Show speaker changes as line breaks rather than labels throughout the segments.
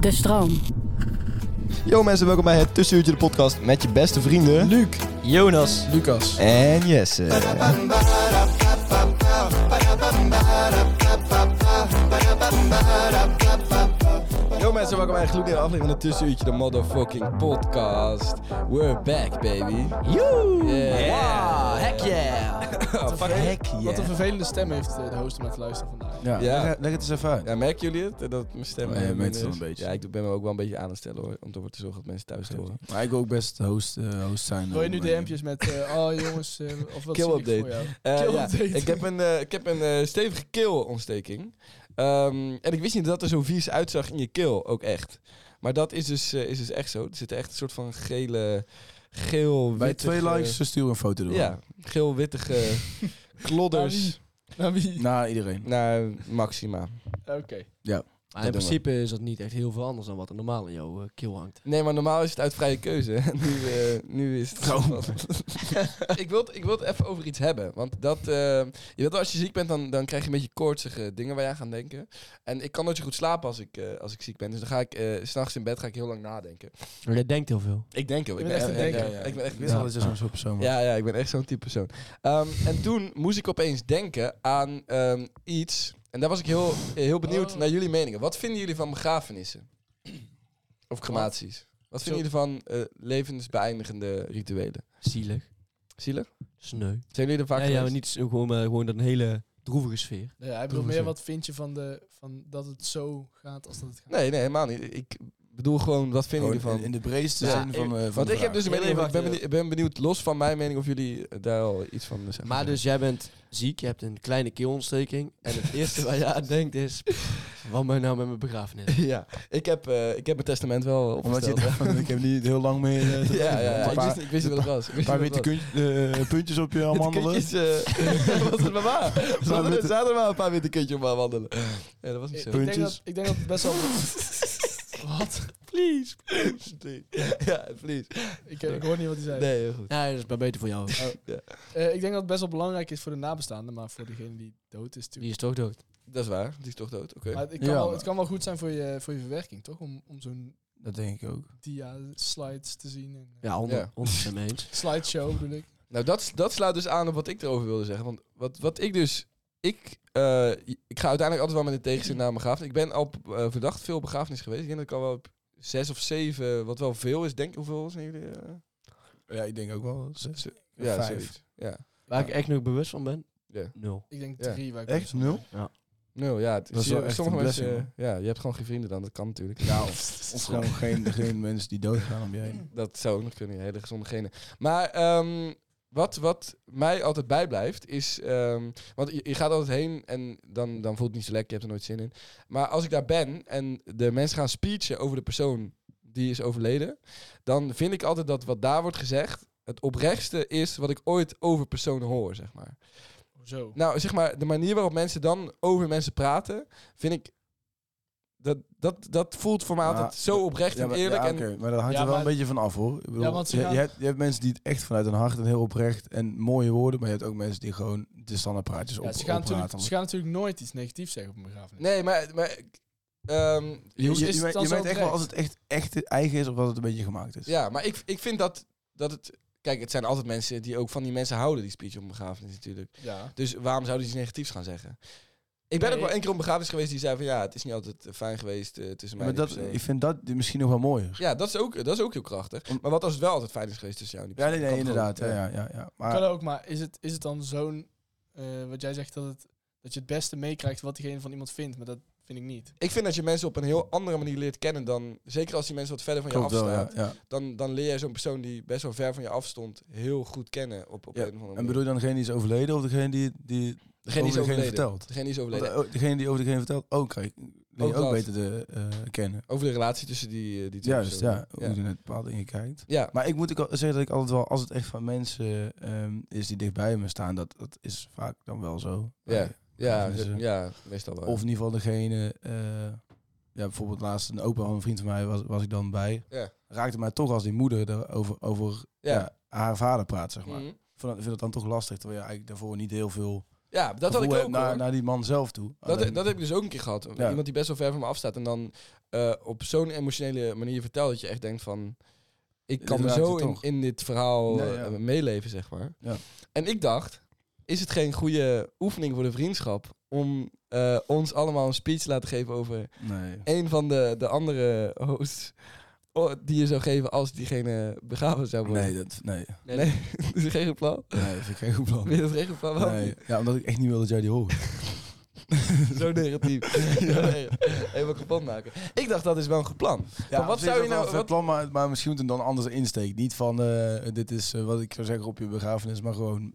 De stroom.
Yo mensen, welkom bij het Tussenuurtje de podcast met je beste vrienden... Luc, Jonas
Lucas.
en Jesse. Yo mensen, welkom bij een gloednieuwe aflevering van het Tussenuurtje de motherfucking podcast. We're back baby. Yo! Yeah! Wow, heck yeah! Fuck heck yeah.
Wat een vervelende stem heeft eh, de host om naar te luisteren vandaag.
Ja,
Ja.
Leg, leg het eens even uit.
Ja, merken jullie het? Dat mijn stem...
Nee,
eh,
mensen
minder
wel
is?
een beetje.
Ja, ik ben me ook wel een beetje aan het stellen hoor, om ervoor te zorgen dat mensen thuis het horen.
Maar ik wil ook best host, eh, host zijn.
Wil je nu
eh, maar-
DM'tjes met, eh, oh jongens, eh, of wat
Kill
zie
update.
ik voor jou?
Eh,
Kill
ja,
update.
ik heb een, eh, ik heb een eh, stevige keelontsteking. Ehm, en ik wist niet dat er zo vies uitzag in je keel, ook echt. Maar dat is dus, eh, is dus echt zo. Er zit echt een soort van gele, geel
Bij
wittige-
twee likes stuur sturen we een foto door.
eh, Ja, geel-wittige klodders
Naar wie?
Naar iedereen.
naar Maxima.
Oké.
Maar in
Dat doen
principe is dat niet echt heel veel anders dan wat er normaal in jouw eh, keel hangt.
Nee, maar normaal is het uit vrije keuze. nu, eh, nu is het... ik, wil, het- ik wil het even over iets hebben. Want dat, eh, je weet wel, als je ziek bent, dan, dan krijg je een beetje koortsige dingen waar je aan gaat denken. En ik kan nooit zo goed slapen als ik, eh, als ik ziek ben. Dus dan ga ik eh, s s'nachts in bed ga ik heel lang nadenken.
Maar jij denkt heel veel.
Ik denk wel. Ik
Je bent echt een
ja,
denker.
ja, ja. Ik ben echt
Ik wist al dat je zo'n soort persoon was.
ja, ja, ik ben echt zo'n type persoon. Ehm, en toen moest ik opeens denken aan ehm, iets. En daar was ik heel, heel benieuwd
Oh.
naar jullie meningen. Wat vinden jullie van begrafenissen? Of crematies? Wat vinden jullie van eh, levensbeëindigende rituelen?
Zielig.
Zielig?
Sneu.
Zijn jullie er vaak
Ja, ja, maar
geweest?
niet zo- gewoon, eh, gewoon een hele droevige sfeer.
Nee, hij bedoelt
Droevig
meer
zo.
wat vind je van, de, van dat het zo gaat als dat het gaat.
Nee, nee, helemaal niet. Ik bedoel gewoon, wat vinden
Gewoon
jullie van...
in, in de breedste
Ja,
zin van, eh, van
want
de
ik heb
vraag.
dus een mening,
Heel
maar ik ben
even-
benieuwd, ik ben benieuwd, los van mijn mening, of jullie eh, daar al iets van zeggen.
Maar dus jij bent ziek, je hebt een kleine keelontsteking. En het eerste waar je aan denkt is, pff, wat moet ik nou met mijn begrafenis?
Ja, ik heb, eh, ik heb mijn testament wel
Omdat je
opgesteld.
het- ik heb niet heel lang meer... eh,
ja, ja, ja,
Een
ik wist,
paar,
ik wist niet wat het was. Ik
een
wist
paar
niet
witte
wat het was.
kunt- eh, puntjes op je amandelen.
Witte kuntjes, eh, was het maar waar. Er zaten er- zaten er maar een paar witte kuntjes op wandelen. Ja, dat was niet
Ik,
zo.
ik denk
Puntjes.
dat, ik denk dat het best wel...
Wat? Please. please. ja, please.
ik, ik hoor niet wat hij zei.
Nee, heel goed.
Ja, dat is maar beter voor jou.
Eh, ik denk dat het best wel belangrijk is voor de nabestaanden, maar voor degene die dood is
Die
natuurlijk.
is toch dood.
Dat is waar. Die is toch dood. Oké.
Maar het, kan
Ja,
wel,
maar-
het kan wel goed zijn voor je, voor je verwerking, toch? Om, om zo'n
Dat denk ik ook.
dia-slides te zien. En, eh,
Ja, 100
Ja.
100% mee eens.
Slideshow bedoel ik.
Nou, dat, s- dat slaat dus aan op wat ik erover wilde zeggen. Want wat, wat ik dus... Ik, eh, ik ga uiteindelijk altijd wel met een tegenzin naar een begrafenis. Ik ben op eh, verdacht veel begrafenis geweest. Ik denk dat ik al wel op zes of zeven, wat wel veel is. Denk hoeveel zijn jullie? eh?
Ja, ik denk ook wel. zes. eh,
Ze- ja,
Vijf.
zoiets. Ja.
Waar ik echt nog bewust van ben,
Ja.
nul.
Ik denk
Ja.
drie waar ik
Echt? Nul?
Nul, ja. Het,
Dat is
zie je-
wel echt
sommige
een
mensen,
blessing,
eh, ja, je hebt gewoon geen vrienden dan. Dat kan natuurlijk.
Ja, of, of gewoon geen, geen mensen die doodgaan om je heen.
Dat zou ook nog kunnen, hele gezonde genen. Maar ehm, wat, wat mij altijd bijblijft is... ehm, want je, je gaat altijd heen en dan, dan voelt het niet zo lekker, je hebt er nooit zin in. Maar als ik daar ben en de mensen gaan speechen over de persoon die is overleden... dan vind ik altijd dat wat daar wordt gezegd... het oprechtste is wat ik ooit over personen hoor, zeg maar.
Zo.
Nou, zeg maar, de manier waarop mensen dan over mensen praten, vind ik... Dat, dat, dat voelt voor mij
Ja,
altijd zo oprecht
Ja,
en
maar,
eerlijk.
ja,
en,
oké, maar dat hangt
Ja,
er wel
maar-
een beetje van af hoor. Ik bedoel,
Ja, want ze
je,
gaan-
je hebt, je hebt mensen die het echt vanuit hun hart en heel oprecht en mooie woorden, maar je hebt ook mensen die gewoon de standaardpraatjes op,
Ja, ze, gaan natuurlijk,
opraten.
ze gaan natuurlijk nooit iets negatiefs zeggen op een begrafenis.
Nee, maar... maar ehm,
Je, je,
Is
je,
het
merkt-
dan
je
zo
merkt echt wel
oprecht?
als het echt, echt eigen is of als het een beetje gemaakt is.
ja, maar ik, ik vind dat, dat het... Kijk, het zijn altijd mensen die ook van die mensen houden, die speech op een begrafenis natuurlijk.
Ja.
Dus waarom zouden ze iets negatiefs gaan zeggen? Ik ben
Nee,
ook wel
ik-
één keer op een begrafenis geweest die zei van ja, het is niet altijd eh, fijn geweest eh, tussen mij
maar
en die
dat,
persoon.
ik vind dat misschien nog wel mooier.
Ja, dat is, ook, dat is ook heel krachtig. Maar wat als het wel altijd fijn is geweest tussen jou en die
Ja, nee,
persoon?
nee,
Kan
inderdaad. Ja,
gewoon,
ja, ja, ja.
Kan
Maar
ook, maar is het, is het dan zo'n... eh, wat jij zegt, dat, het, dat je het beste meekrijgt wat diegene van iemand vindt. Maar dat vind ik niet.
Ik vind dat je mensen op een heel andere manier leert kennen dan... Zeker als die mensen wat verder van je
klopt wel,
afstaan.
ja. ja.
dan, dan leer je zo'n persoon die best wel ver van je afstond heel goed kennen op, op
Ja,
een of andere
En bedoel je dan degene die is overleden of degene die, die
degene die is
over
overleden.
degene vertelt?
Degene die is
Want,
overleden.
eh, degene die over degene vertelt ook, kijk, leer
Ook
je
dat.
ook beter te eh, kennen.
Over de relatie tussen die, eh, die twee
Juist, ja.
personen.
Hoe je naar bepaalde dingen kijkt.
Ja.
Maar ik moet ook al zeggen dat ik altijd wel, als het echt van mensen ehm, is die dichtbij me staan, dat, dat is vaak dan wel zo.
Ja. Ja,
Of
ja,
is, eh,
ja, meestal wel.
Of in ieder geval degene, eh, ja, bijvoorbeeld laatst een opa van een vriend van mij was, was ik dan bij.
Ja.
Raakte mij toch als die moeder daar over, over
ja.
ja. haar vader praat, zeg maar.
Mhm.
Ik vond dat- vind het dan toch lastig, terwijl je eigenlijk daarvoor niet heel veel
ja, dat had
gevoel
ik
hebt
ook.
naar,
hoor.
naar die man zelf toe.
dat,
Alleen-
dat heb ik dus ook een keer gehad.
Ja.
Iemand die best wel ver van me afstaat en dan eh, op zo'n emotionele manier vertelt dat je echt denkt van... Ik
Dit
kan me
raakt je
zo in,
toch.
in dit verhaal
Ja, ja.
eh, meeleven, zeg maar.
Ja.
En ik dacht, is het geen goede oefening voor de vriendschap om eh, ons allemaal een speech te laten geven over
Nee.
een van de, de andere hosts oh, die je zou geven als diegene begraven zou worden.
Nee, dat, nee.
nee. dat is geen goed plan.
nee, dat vind ik geen goed plan.
Vind je dat geen goed plan? Waarom
Nee. Ja, omdat ik echt niet wil dat jij die hoort.
niet? Zo negatief. Zo negatief. Even een kapot maken. Ik dacht, dat is wel een goed plan.
Ja,
Van wat
op zich
zou je nou-
is dat wel een vet
wat-
plan, maar, maar misschien moet hem dan anders insteek. Niet van, eh, dit is eh, wat ik zou zeggen op je begrafenis, maar gewoon...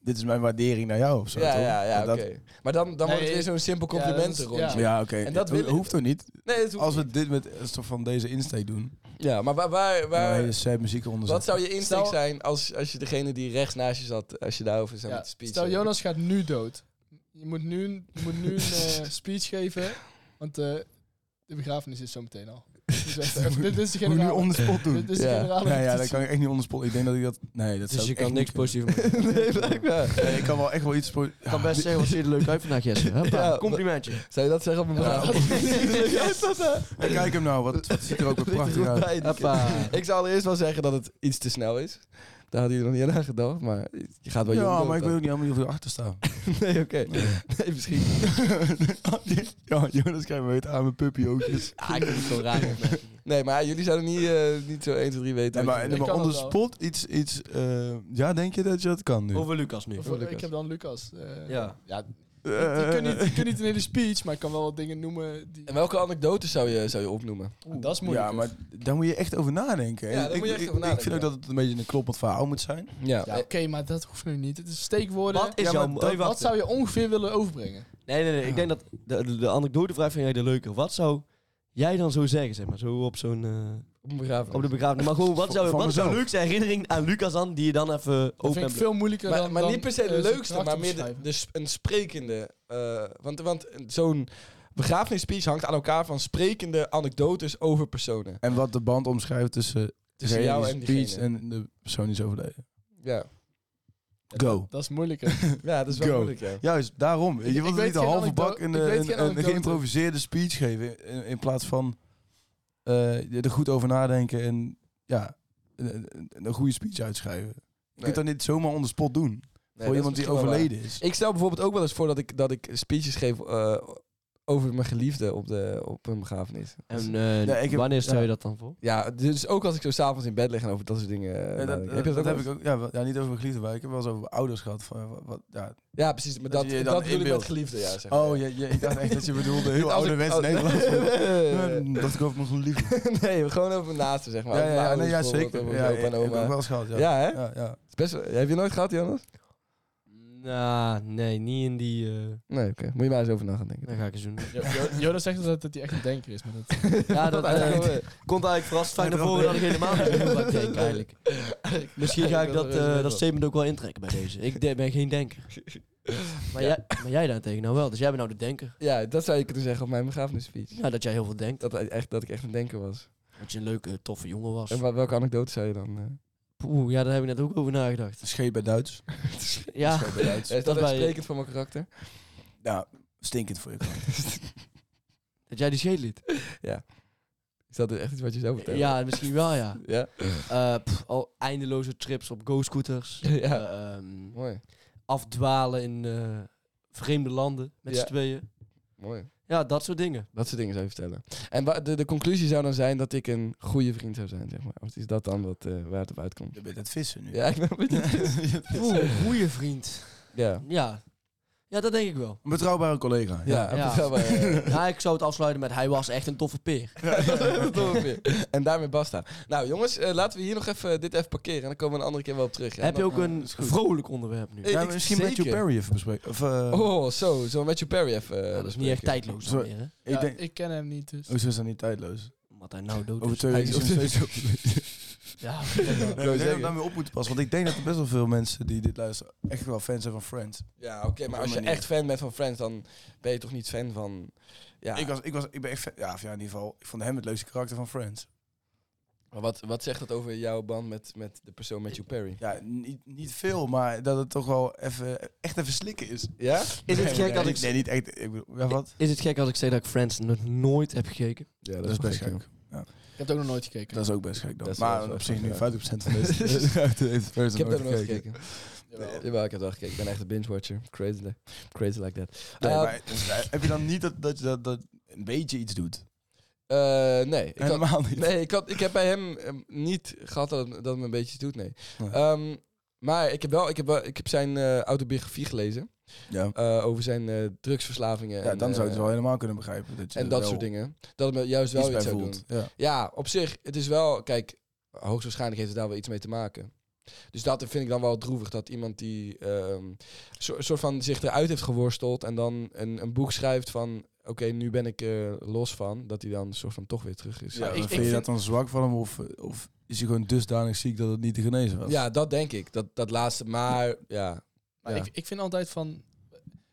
Dit is mijn waardering naar jou of zo,
ja,
toch?
ja, ja, oké.
Dat-
Maar dan, dan wordt het
Nee,
weer zo'n simpel
ja, dat is-
complimenten rond.
ja.
Ja, oké.
En dat
Ho-
wil ik-
hoeft toch niet?
Nee, dat hoeft
Als we
niet.
dit met eh, soort van deze insteek doen,
Ja, maar waar, waar,
waar
waar-
Nou, hele sad muziek onder
wat zou je insteek
Stel-
zijn als, als je degene die rechts naast je zat, als je daarover zou
Ja,
moeten speechen?
Stel, Jonas gaat nu dood. Je moet nu, een- je moet nu een eh, speech geven, want eh, de begrafenis is zo meteen al. Dus echt, echt, dit is de
Moet je nu
generale...
on the spot doen?
Dit is de
Ja.
generale
Nee, ja, dat
repetitie.
kan ik echt niet on the spot. Ik denk dat ik dat... Nee, dat
Dus
zou
je
ik
kan
echt
niks
niet kunnen.
positiefs maken.
nee, blijkbaar.
Nee, ik kan wel echt wel iets voor.
Ik kan best zeggen, wat zie je er leuk uit vandaag, Jesse. Hoppa,
Ja,
complimentje.
Zou je dat zeggen op een
Ja.
begrafenis?
Kijk hem nou, wat, wat ziet er ook weer prachtig uit.
Hoppa.
Ik zou allereerst wel zeggen dat het iets te snel is. Daar had hij nog niet aan gedacht, maar je gaat wel jong
Ja,
dood
maar ik
dan.
weet ook niet helemaal hoeveel achter staan.
Nee, oké. Nee, misschien.
ja, Jonas krijgt me weet aan mijn puppyhoogjes.
Ah, ik vind het zo raar. opmerking.
Nee, maar jullie zouden niet, eh, niet zo 1, 2, 3
Nee,
weten.
maar,
Ik
maar
kan
on the
het wel.
spot iets, iets eh, ja, denk je dat je dat kan nu?
Over Lucas nu.
Of,
Voor Lucas.
ik heb dan Lucas. eh,
Ja.
Eh,
Ik, ik kan niet, ik kan niet een hele speech, maar ik kan wel wat dingen noemen die...
En welke anekdotes zou je, zou je opnoemen?
dat is moeilijk.
ja, maar daar moet je echt over nadenken.
Ja, daar
ik,
moet je echt
ik,
over
ik vind
nadenken,
ook
ja.
dat het een beetje een kloppend verhaal moet zijn.
Ja. eh,
Ja, Oké, maar dat hoeft nu niet. Het is steekwoorden.
Wat is
Ja, maar
jouw-
dat-
Hey, wacht.
Wat zou je ongeveer willen overbrengen?
Nee, nee, nee. Ik denk dat de, de, de anekdotevraag vind jij de leuke. Wat zou jij dan zo zeggen, zeg maar? Zo op zo'n... eh,
op een begrafenis.
op de begrafenis. Maar gewoon, wat zou,
Van
wat zou
mezelf.
leukste herinnering aan Lucas dan, die je dan even
Dat
open
vind ik
hebt?
veel moeilijker
maar,
dan...
maar
dan,
niet per se de
eh, zijn
leukste,
karakter
maar meer de,
beschrijven.
de sp- een sprekende. eh, want want zo'n begrafenisspeech hangt aan elkaar van sprekende anekdotes over personen.
En wat de band omschrijft tussen,
Tussen
degene
jou
die
en
speech
diegene.
en de persoon die is overleden.
Ja,
Go.
Dat is moeilijker.
ja dat is wel
Go.
moeilijk, ja.
Juist, daarom. Je
ik
wilt
weet
niet een
geen
halve
anekdote-
bak en
ik weet geen
een, een,
anekdote.
geïmproviseerde speech geven. In, in plaats van eh, er goed over nadenken en ja, een, een- een goede speech uitschrijven. Je
Nee.
kunt dat niet zomaar on the spot doen.
Nee, dat
voor
is
iemand die
misschien wel waar.
overleden is.
Ik stel bijvoorbeeld ook wel eens voor dat ik, dat ik speeches geef eh, over mijn geliefde op, de, op een begrafenis.
En eh,
Ja, ik heb-
wanneer stel je
ja.
dat dan voor?
Ja, dus ook als ik zo s'avonds in bed lig en over dat soort dingen. eh,
Ja, dat,
nadenk.
dat,
heb je dat, ook
heb
wel
ik ook. Ja, wel- ja, niet over mijn geliefde, maar ik heb wel eens over mijn ouders gehad. Van, eh, wat, wat- ja.
eens? Ja, precies. Maar
Dat
dat,
je je
dat
dan
bedoel ik met
inbeeldt.
geliefde, ja. Zeg maar.
Oh, je, je- ik dacht echt dat je bedoelde
Als
heel
ik-
ouderwets
oh,
Nederlands.
nee.
Ja, dacht ik over mijn geliefde.
nee, gewoon over mijn naasten, zeg maar.
Ja, ja,
Mijn
ja, nee,
ouders
ja
bijvoorbeeld,
zeker.
over
Ja,
mijn
ik, ik
opa en
heb
oma.
ook wel eens gehad, ja.
Ja, hè?
Ja, ja.
Het is Best wel, heb je nooit gehad, Jonas?
Nou, nee, niet in die... eh
Nee, oké. Moet je maar eens over na gaan denken.
daar ga ik eens doen.
Jo- Jo- Jonas zegt altijd dat hij echt een denker is, maar dat...
Ja, dat eh,
Eigenlijk wel.
komt eigenlijk verrast vaak
Ja,
naar
dat
voren dat ik helemaal niet heel vaak denk,
Nee.
eigenlijk. Misschien ga ik
Eigenlijk
dat,
wel
eh,
heel
dat
leuk.
statement ook wel intrekken bij deze. Ik de- ben geen denker. Maar, jij, maar jij daarentegen nou wel. Dus jij bent nou de denker.
Ja, dat zou je kunnen zeggen op mijn begrafenisspeech.
Ja, dat jij heel veel denkt.
Dat, hij echt, dat ik echt een denker was.
Dat je een leuke, toffe jongen was.
En wa- welke anekdote zou je dan... eh,
Poeh, ja, daar heb ik net ook over nagedacht.
Scheep bij Duits.
Ja,
Scheep bij Duits.
Is dat
Dat
echt
wij-
sprekend voor mijn karakter?
Ja, stinkend voor je.
dat jij die scheet liet.
Is dat echt iets wat je zou vertellen?
Ja, misschien wel, ja.
Ja?
Eh, pff, al eindeloze trips op go-scooters.
Ja.
Eh, ehm,
Mooi.
afdwalen in eh, vreemde landen met
Ja.
z'n tweeën.
Mooi.
Ja, dat soort dingen.
Dat soort dingen zou je vertellen. En wa- de, de conclusie zou dan zijn dat ik een goede vriend zou zijn, zeg maar. Of is dat dan wat, eh, waar het op uitkomt?
Je bent het vissen nu.
Ja, ik ben
Oeh, goeie vriend.
Ja.
Ja. ja, dat denk ik wel.
Een betrouwbare collega.
Ja,
Ja.
vertel maar, eh,
Ja, ik zou het afsluiten met hij was echt een toffe peer.
dat ongeveer. En daarmee basta. Nou jongens, eh, laten we hier nog even dit even parkeren. En dan komen we een andere keer wel op terug. ja.
Heb je
Dan-
ook een vrolijk onderwerp nu?
Eh,
Ja,
ik-
misschien
zeker.
Matthew Perry even bespreken. Of, eh,
Oh, zo. Zo met je Perry even eh,
Ja, Oh, dat is niet
bespreken.
echt tijdloos dan
Sorry.
meer, hè?
ik
Ja,
denk...
ik ken hem niet, dus...
Oh, ze is dat niet tijdloos.
Wat hij nou doet.
Over twee
hij
weken
is
is het steeds
Ja,
Ik denk dat we daarmee op moeten passen. Want ik denk dat er best wel veel mensen die dit luisteren echt wel fans zijn van Friends.
Ja, oké. maar als je
manier.
echt fan bent van Friends, dan ben je toch niet fan van... Ja.
Ik, was, ik, was, ik ben echt fan. Ja, of ja, in ieder geval. Ik vond hem het leukste karakter van Friends.
Maar wat, wat zegt dat over jouw band met, met de persoon Matthew Perry?
Ja, niet, niet veel, maar dat het toch wel even, echt even slikken is.
Ja?
Is het gek dat ik...
Nee, niet echt. Ik bedoel, ja, wat?
Is het gek als ik zeg dat ik Friends nog nooit heb gekeken?
Ja, dat,
Ik heb het ook nog nooit gekeken.
Dat is ook best gek
Dat
dan.
is wel-
Maar
dat
op
is
zich
wel
nu 50%
gek.
van deze heeft Friends
Ik heb
nooit
er nog gekeken.
Jawel.
Nee, Jawel, ik heb het wel gekeken. Ik ben echt een binge-watcher. Crazy, li- crazy like that.
Nee,
Eh,
maar, eh, heb je dan niet dat, dat je dat, dat een beetje iets doet?
eh, nee, ik had,
Helemaal niet.
nee ik, had, ik heb bij hem ehm, niet gehad dat het, dat het me een beetje iets doet, nee.
Nee.
Ehm, maar ik heb, wel, ik heb, wel, ik heb zijn eh, autobiografie gelezen
Ja,
eh, over zijn eh, drugsverslavingen.
ja
en,
dan zou je
eh,
het wel helemaal kunnen begrijpen. Dat je
En
er
dat
wel
soort dingen. Dat het me juist
iets
wel iets
bij
zou doen.
voelt. Ja.
Ja, op zich, het is wel, kijk, hoogstwaarschijnlijk heeft het daar wel iets mee te maken. Dus dat vind ik dan wel droevig, dat iemand die ehm, so- soort van zich eruit heeft geworsteld en dan een, een boek schrijft van, oké, nu ben ik er los van, dat hij dan soort van toch weer terug is.
Ja,
Ja,
ik-
maar
ik
vind je
vind-
dat dan zwak van hem of, of is hij gewoon dusdanig ziek dat het niet te genezen was?
dat denk ik, dat, dat laatste, maar ja.
Maar
Ja.
ik, ik vind altijd van...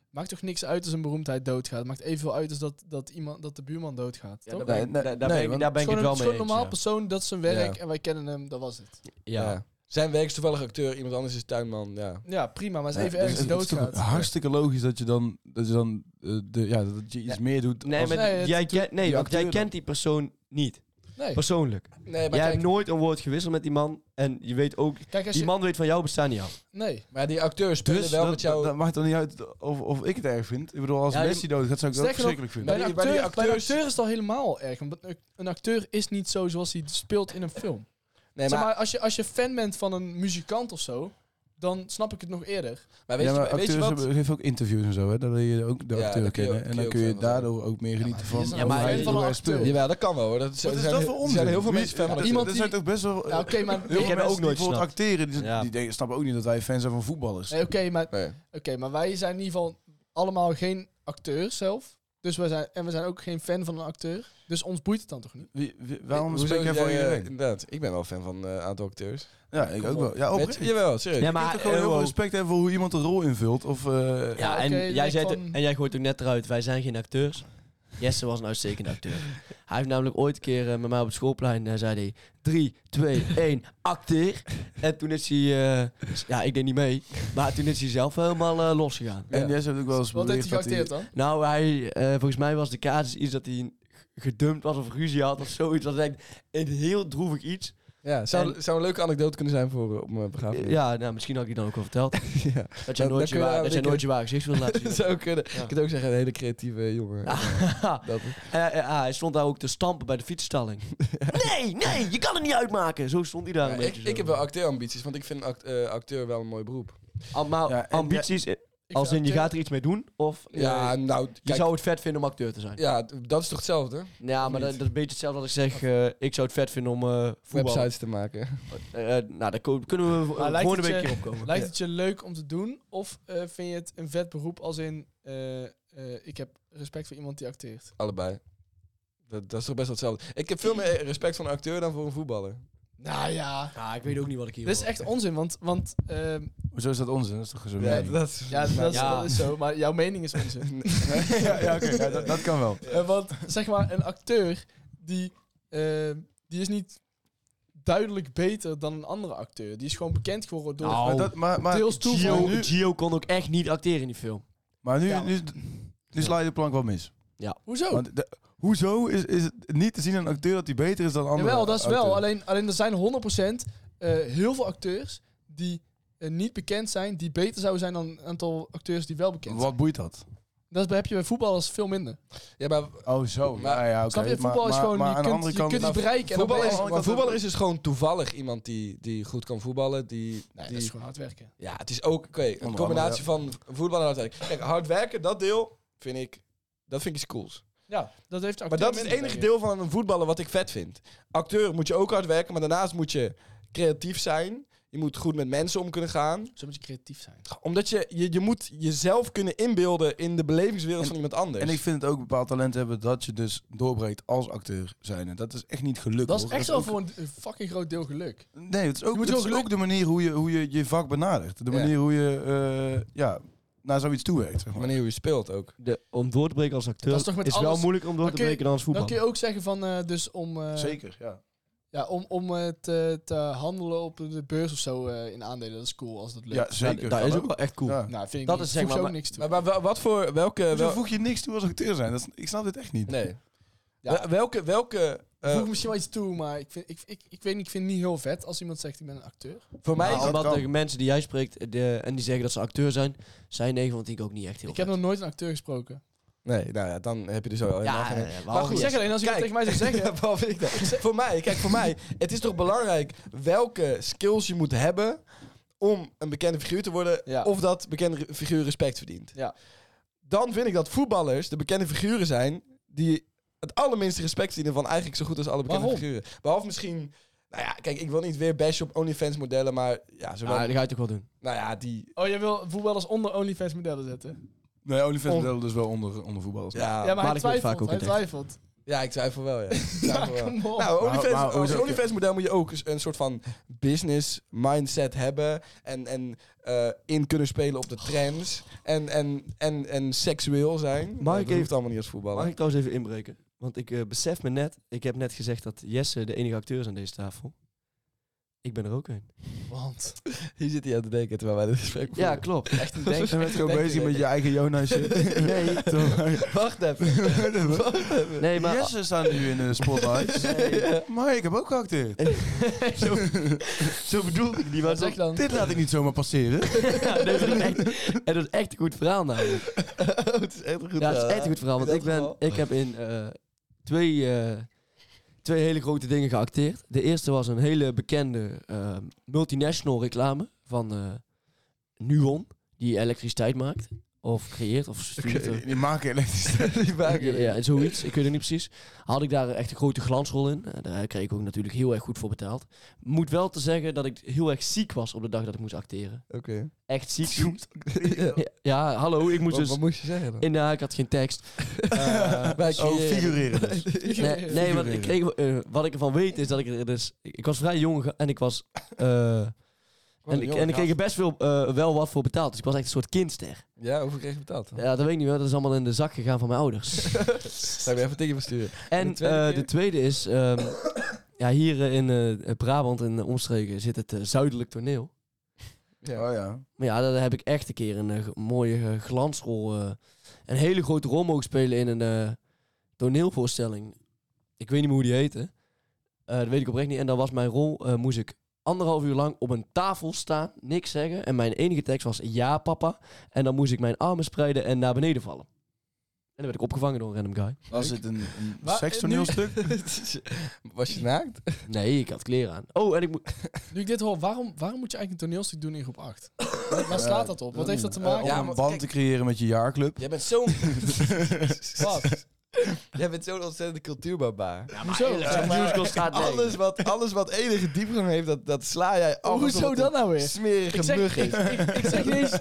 Maakt toch niks uit als een beroemdheid doodgaat. Het maakt evenveel uit als dat, dat, iemand, dat de buurman doodgaat.
Ja,
toch?
daar
Nee,
ben ik- daar-
nee,
daar
nee,
ben ik-
want
daar ben
Het
ik het
is gewoon
wel
een, het is
mee
gewoon een normaal
eens.
persoon, dat is zijn werk
Ja.
en wij kennen hem, dat was het.
ja. Ja.
ja. Zijn werk is toevallig acteur, iemand anders is tuinman, ja.
Ja, prima, maar als
Ja,
even
dus
ergens
het is toch
doodgaat.
Hartstikke logisch dat je dan, dat je dan eh, de, ja, dat je iets
Ja.
meer doet.
Nee,
als-
maar
Nee, het-
jij, ken- nee
die
want jij
acteur dan.
kent die persoon niet.
Nee.
Persoonlijk.
Nee, maar
Jij
kijk,
hebt nooit een woord gewisseld met die man. En je weet ook...
Kijk, als
Die
je...
man weet van jou bestaan niet af.
Nee.
maar die acteurs spelen
dus
wel
dat,
met jou...
dat, dat maakt dan niet uit of, of ik het erg vind. Ik bedoel, als
Ja, je-
Messi doodgaat zou ik dat ook
Sterker nog,
verschrikkelijk vinden.
Bij een,
die- bij
acteur,
die
bij een
acteurs-
acteur is het al helemaal erg. want een- Een acteur is niet zo zoals hij speelt in een film.
nee,
zeg
maar,
maar, als, je, als je fan bent van een muzikant of zo, dan snap ik het nog eerder.
maar weet,
ja, maar
je, weet je
acteurs
wat...
hebben- geven ook interviews en zo, hè? Dan wil je ook de
Ja,
acteur
daar kun je
kennen.
ook- kun
en
je ook
dan kun je
fan van zijn.
daardoor ook meer genieten van.
is
Ja, maar
hoe
hij-
hij-
van een
hoe hij
acteur.
speelt.
Jawel, dat kan wel hoor. Dat,
Wat is
zijn,
dat voor
er
onzin?
zijn heel veel
Wie-
mensen fan van
dat-
acteurs.
iemand
Dat
die-
zijn toch best wel...
Ja, oké, maar,
Heel
ik-
veel
heb
mensen
ook
die
nooit
bijvoorbeeld
snapt.
acteren, die,
Ja.
die denken- snappen ook niet dat wij fans zijn van voetballers.
nee, oké, maar,
Nee.
oké, maar wij zijn in ieder geval allemaal geen acteur zelf. Dus wij zijn, en we zijn ook geen fan van een acteur. Dus ons boeit het dan toch niet?
Wie- wie- waarom
Hoezo
spreek jij
jij,
voor
eh,
iedereen?
Inderdaad, ik ben wel fan van eh, een aantal acteurs.
Ja, ik ook wel. Ja,
Weet
oprecht.
je? Jawel, serieus.
Ja,
Je moet
maar...
toch gewoon heel veel
eh,
respect hebben voor hoe iemand een rol invult. Of, eh,
Ja,
Ja,
en,
oké,
jij
ik
zei het-
van-
en jij gooit ook net eruit, wij zijn geen acteurs. Jesse was nou een uitstekende acteur. Hij heeft namelijk ooit een keer eh, met mij op het schoolplein, eh, zei hij... 3, 2, 1, acteer. En toen is hij... eh, ja, ik deed niet mee. Maar toen is hij zelf helemaal eh, losgegaan.
En jij hebt ook wel eens
Wat heeft
beleefd
hij
dat hij...
geacteerd dan?
Nou, hij, eh, volgens mij was de casus iets dat hij gedumpt was of ruzie had of zoiets. Dat is echt een heel droevig iets.
Ja, zou, zou een leuke anekdote kunnen zijn voor eh, op mijn begrafenis.
Ja, nou, misschien had ik die dan ook al verteld.
Ja,
Dat jij
Dan- dan
nooit, je,
kunnen we
waar,
aan
dat jij
denken.
nooit je waar gezicht wil laten
dat
zien.
zou kunnen.
Ja.
Ik kan ook zeggen, een hele creatieve jongen. Dat,
Eh, eh, ah, hij stond daar ook te stampen bij de fietsstalling. nee, nee, je kan het niet uitmaken. Zo stond hij daar
Ja,
een
ik,
beetje.
ik heb wel acteerambities, want ik vind act- eh, acteur wel een mooi beroep.
Am- Ah, maar
Ja, en-
ambities, eh,
Ik
als
vind
in je
acteur-
gaat er iets mee doen, of eh,
Ja, nou,
je
kijk,
zou het vet vinden om acteur te zijn. Ja,
ja, d- dat is toch hetzelfde? niet.
maar dat, dat is een beetje hetzelfde als ik zeg, eh, ik zou het vet vinden om eh voetbal.
Websites te maken.
Eh, eh, nou, daar ko- kunnen we
Maar
gewoon
lijkt
volgende
het
week
je-
keer opkomen.
Lijkt het je leuk om te doen? Of eh, vind je het een vet beroep als in... eh, eh, ik heb respect voor iemand die acteert.
Allebei. Dat, dat is toch best wel hetzelfde. Ik heb veel meer respect voor een acteur dan voor een voetballer.
Nou ja...
Ja, Ah, ik weet ook niet wat ik hier
Dit is
wil.
echt onzin, want, want ehm,
Hoezo is dat onzin? Dat is toch gezond?
Ja, dat is...
ja, dat, is,
Ja.
dat is zo, maar jouw mening is onzin.
ja, ja, oké, ja, dat, dat kan wel.
Eh, want zeg maar, een acteur die, eh, die is niet duidelijk beter dan een andere acteur. Die is gewoon bekend geworden door.
Nou,
Maar, dat, maar, maar,
Deels toe-
Gio,
Maar
nu-
Gio kon ook echt niet acteren in die film.
maar nu,
Ja. Oh.
nu, nu sla je de plank wel mis.
Hoezo?
Want de- hoezo is, is het niet te zien aan een acteur dat hij beter is dan anderen?
Jawel, dat is wel.
acteurs?
Alleen, alleen er zijn 100% eh, heel veel acteurs die eh, niet bekend zijn, die beter zouden zijn dan een aantal acteurs die wel bekend zijn.
Wat boeit dat?
Dat heb je bij voetballers veel minder.
Ja, maar
Oh, zo.
Maar-
ja, ja, oké.
Snap je?
Maar-
Voetbal is
maar-
gewoon,
maar
je
aan de
kunt-
andere
je
kant,
kunt die
nou,
bereiken en dan
voetballer
ben je-
is,
aan de
maar
andere
voetballer
kant-
is dus gewoon toevallig iemand die, die goed kan voetballen. Die,
Nee,
die,
dat is gewoon hard werken.
Ja, het is ook oké. een
andere,
combinatie van voetbal en hard werken. Kijk, hard werken, dat deel vind ik, dat vind ik iets cools.
Ja, dat heeft
Maar dat is het enige deel van een voetballer wat ik vet vind. Acteur moet je ook hard werken, maar daarnaast moet je creatief zijn. Je moet goed met mensen om kunnen gaan.
Zo moet je creatief zijn.
Omdat je, je, je moet jezelf kunnen inbeelden in de belevingswereld
En-
van iemand anders.
En ik vind het ook bepaald talent hebben dat je dus doorbreekt als acteur zijn. En dat is echt niet gelukkig.
Dat is
hoor.
echt wel
ook-
voor een een fucking groot deel geluk.
Nee, het is ook,
moet
het
wel
is
geluk-
ook de manier hoe je, hoe je je vak benadert. De
Ja.
manier hoe je eh, ja, naar zoiets toewerkt. Zeg maar.
Wanneer hoe je speelt ook.
De, om door te breken als acteur
Dat
is,
is toch met
wel
alles-
moeilijk om door
Dan
te
kun je-
breken dan als
Dan
voetbal.
kun je ook zeggen van, eh, dus om, eh,
Zeker, ja.
ja, om, om eh, te, te handelen op de beurs of zo eh, in aandelen, dat is cool als dat lukt.
Ja, zeker.
dat
kan
is ook wel echt cool.
Ja.
Nou, vind ik
Dat
niet.
is zeg
Voegt
maar-
ook niks toe.
Maar, maar wel- wat voor, welke...
Hoezo
wel-
voeg je niks toe als acteur zijn? Dat is, ik snap dit echt niet.
nee.
Ja.
Wel- Welke, welke eh,
Voegt misschien wel iets toe, maar ik, vind, ik, ik, ik weet niet, ik vind het niet heel vet als iemand zegt ik ben een acteur.
voor mij
Maar
is
dat
Nou, omdat
kan.
de mensen die jij spreekt de, en die zeggen dat ze acteur zijn, zijn 9 van 10 ook niet echt heel
ik heb
vet. Oh,
nog nooit een acteur gesproken.
Nee, nou ja, dan heb je dus al helemaal
ja, eh,
geen-
ja,
Maar goed,
Ik zeg alleen als iemand
Kijk.
tegen mij zou zeggen.
Ja, wat vind ik dat? voor mij, kijk, voor mij, het is toch belangrijk welke skills je moet hebben om een bekende figuur te worden,
Ja.
of dat bekende re- figuur respect verdient.
Ja.
Dan vind ik dat voetballers de bekende figuren zijn die het allerminste respect verdienen van eigenlijk zo goed als alle bekende
Waarom?
figuren. Behalve misschien, nou ja, kijk, ik wil niet weer bashen op OnlyFans modellen, maar ja, zowel,
dat ga je het ook wel doen.
nou ja, die,
Oh, jij wil voetballers onder OnlyFans modellen zetten?
Nee, Olivers
Om-
model dus wel onder, onder voetballers.
ja,
ja,
ja,
maar,
maar
hij
ik wil het
twijfelt.
vaak ook
hij
in
twijfelt. Oh.
ik twijfel wel, ja. Ik
Ja,
twijfel wel.
come on.
Nou, OnlyFans,
maar
als
hoezo-
OnlyFans model moet je ook een soort van business mindset hebben. En, en eh, in kunnen spelen op de trends. En, en, en, en seksueel zijn.
Mag
Maar
ik
dat hoeft
even-
allemaal niet als voetballer.
Mag ik trouwens even inbreken? Want ik eh, besef me net, ik heb net gezegd dat Jesse de enige acteur is aan deze tafel. Ik ben er ook een.
Want
Hier zit hij aan te denken terwijl wij dit gesprek
Ja, klopt. Echt een denk.
Je bent gewoon
Denk je
bezig
dat
met je eigen Jonasje.
Nee.
Wacht even. Wacht even.
Nee, maar...
Jesse staan nu in de spotlight. Maar ik heb ook geacteerd.
zo, zo bedoel ik die. Maar
wat zeg je dan?
Dit laat ik niet zomaar passeren.
Ja, dat is echt, en dat is echt een goed verhaal namelijk.
het is echt een goed
Ja, dat
verhaal.
is echt een goed verhaal. Want
In
ik,
dat
ben,
geval.
ik heb in eh, twee, eh, twee hele grote dingen geacteerd. De eerste was een hele bekende eh, multinational reclame van eh, Nuon. Die elektriciteit maakt. Of creëert. Of stuurt. of-
eh, Die maken elektriciteit.
Die maken
Ja, ja, en zoiets. Ik weet het niet precies. Had ik daar echt een grote glansrol in. Eh, Daar kreeg ik ook natuurlijk heel erg goed voor betaald. Moet wel te zeggen dat ik heel erg ziek was op de dag dat ik moest acteren.
Oké.
Echt ziek.
Ja.
Ja, ja, hallo. Ik moest
Wat,
dus...
wat moest je zeggen dan?
In de ik had geen tekst.
Eh, wij
Oh,
creëren-
figureren dus.
Nee, nee want ik kreeg, eh, wat ik ervan weet is dat ik er dus... Ik was vrij jong ge- en ik was... eh, en, ik, en ik kreeg er best veel eh, wel wat voor betaald. Dus ik was echt een soort kindster.
Ja, hoeveel kreeg je betaald dan?
Ja, dat weet ik niet wel. Dat is allemaal in de zak gegaan van mijn ouders.
Zou je even een tikje versturen?
En
de tweede
de tweede,
keer?
de tweede is, ehm, ja, hier eh, in eh, Brabant en de omstreken zit het eh, zuidelijk toneel.
Ja.
Oh ja.
Maar ja, daar heb ik echt een keer een eh, g- mooie eh, glansrol, eh, een hele grote rol mogen spelen in een eh, toneelvoorstelling. Ik weet niet meer hoe die heette. Eh, dat weet ik oprecht niet. En dan was mijn rol, eh, moest ik anderhalf uur lang op een tafel staan, niks zeggen. En mijn enige tekst was ja papa. En dan moest ik mijn armen spreiden en naar beneden vallen. En dan werd ik opgevangen door een random guy.
Was het een, een
eh,
Maar,
sekstoneelstuk?
Was je naakt?
Nee, ik had kleren aan. Oh, en ik, mo-
Nu ik dit hoor, waarom, waarom moet je eigenlijk een toneelstuk doen in groep 8? Waar, waar slaat dat op? Wat heeft dat te
Eh,
maken?
om
Ja, maar
een band
kijk-
te creëren met je jaarclub.
Jij bent zo'n...
Wat?
Jij bent zo'n ontzettende cultuurbarbaar.
Hoezo?
Zo'n musical staat nee.
alles, wat, alles wat enige diepgang heeft, dat, dat sla jij af. alsof
Hoezo
het
dat nou
een
weer?
Smerige
Ik zeg,
mug
ik,
is.
ik, ik zeg niet eens,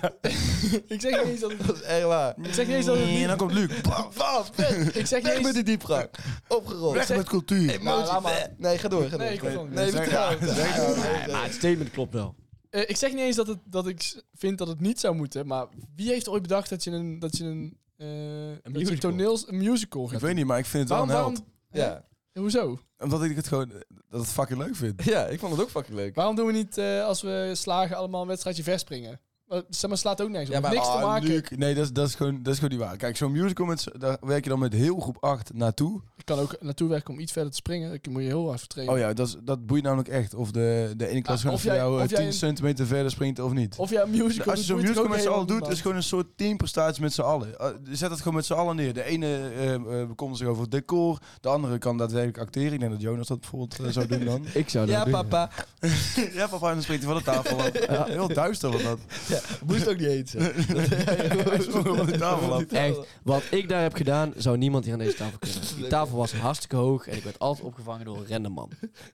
ik zeg niet eens dat het,
Dat is echt waar.
ik zeg niet eens dat het
En
niet,
dan komt Luc. Bam, bam.
ik
Weg
zeg niet
met
eens,
die diepgang. Opgerold.
Weg met cultuur.
Nou,
Emotie.
laat maar.
Nee, ga door. Ga door.
Nee, ik wil het ook niet.
nee,
Zeg-
vertel.
ja, zeg-
Nee, maar Ah, het statement klopt wel.
eh, ik zeg niet eens dat, het, dat ik s- vind dat het niet zou moeten, maar wie heeft ooit bedacht dat je een, dat je een, eh dat je
musical.
een toneels, een musical gaat
Ik weet niet, maar ik vind het wel
waarom,
een
waarom,
held.
Ja.
hoezo?
Omdat ik het gewoon, eh, dat het fucking leuk vind.
ja, ik vond het ook fucking leuk.
Waarom doen we niet, eh, als we slagen, allemaal een wedstrijdje verspringen? Maar, zeg maar, slaat ook niks op.
Ja, maar-
niks te
Ah,
maken.
Luc, nee, dat is, dat, is gewoon, dat is gewoon niet waar. Kijk, zo'n musical, met, z'n- daar werk je dan met heel groep 8 naartoe.
Ik kan ook naartoe werken om iets verder te springen. Ik moet je heel hard vertreden.
Oh ja, dat, is, dat boeit namelijk echt. Of de, de ene klas
Ah, of
voor
jij-
jou eh,
of jij
10
een-
centimeter verder springt of niet.
Of ja, een musical.
Als je zo'n
doet, moet
musical
ook
met z'n
helemaal
allen doet,
niemand.
is gewoon een soort teamprestatie met z'n allen. Eh, Zet het gewoon met z'n allen neer. De ene eh, eh, bekomt zich over het decor, de andere kan daadwerkelijk acteren. Ik denk dat Jonas dat bijvoorbeeld eh, zou doen dan.
Ik zou dat
Ja,
doen.
papa.
ja, papa, en dan springt hij van de tafel af. Ja, heel duister was dat.
Moest ook niet eens.
Hij sprong van de tafel af.
Echt, wat ik daar heb gedaan, zou niemand hier aan deze tafel kunnen. Die tafel was hartstikke hoog en ik werd altijd opgevangen door een random man.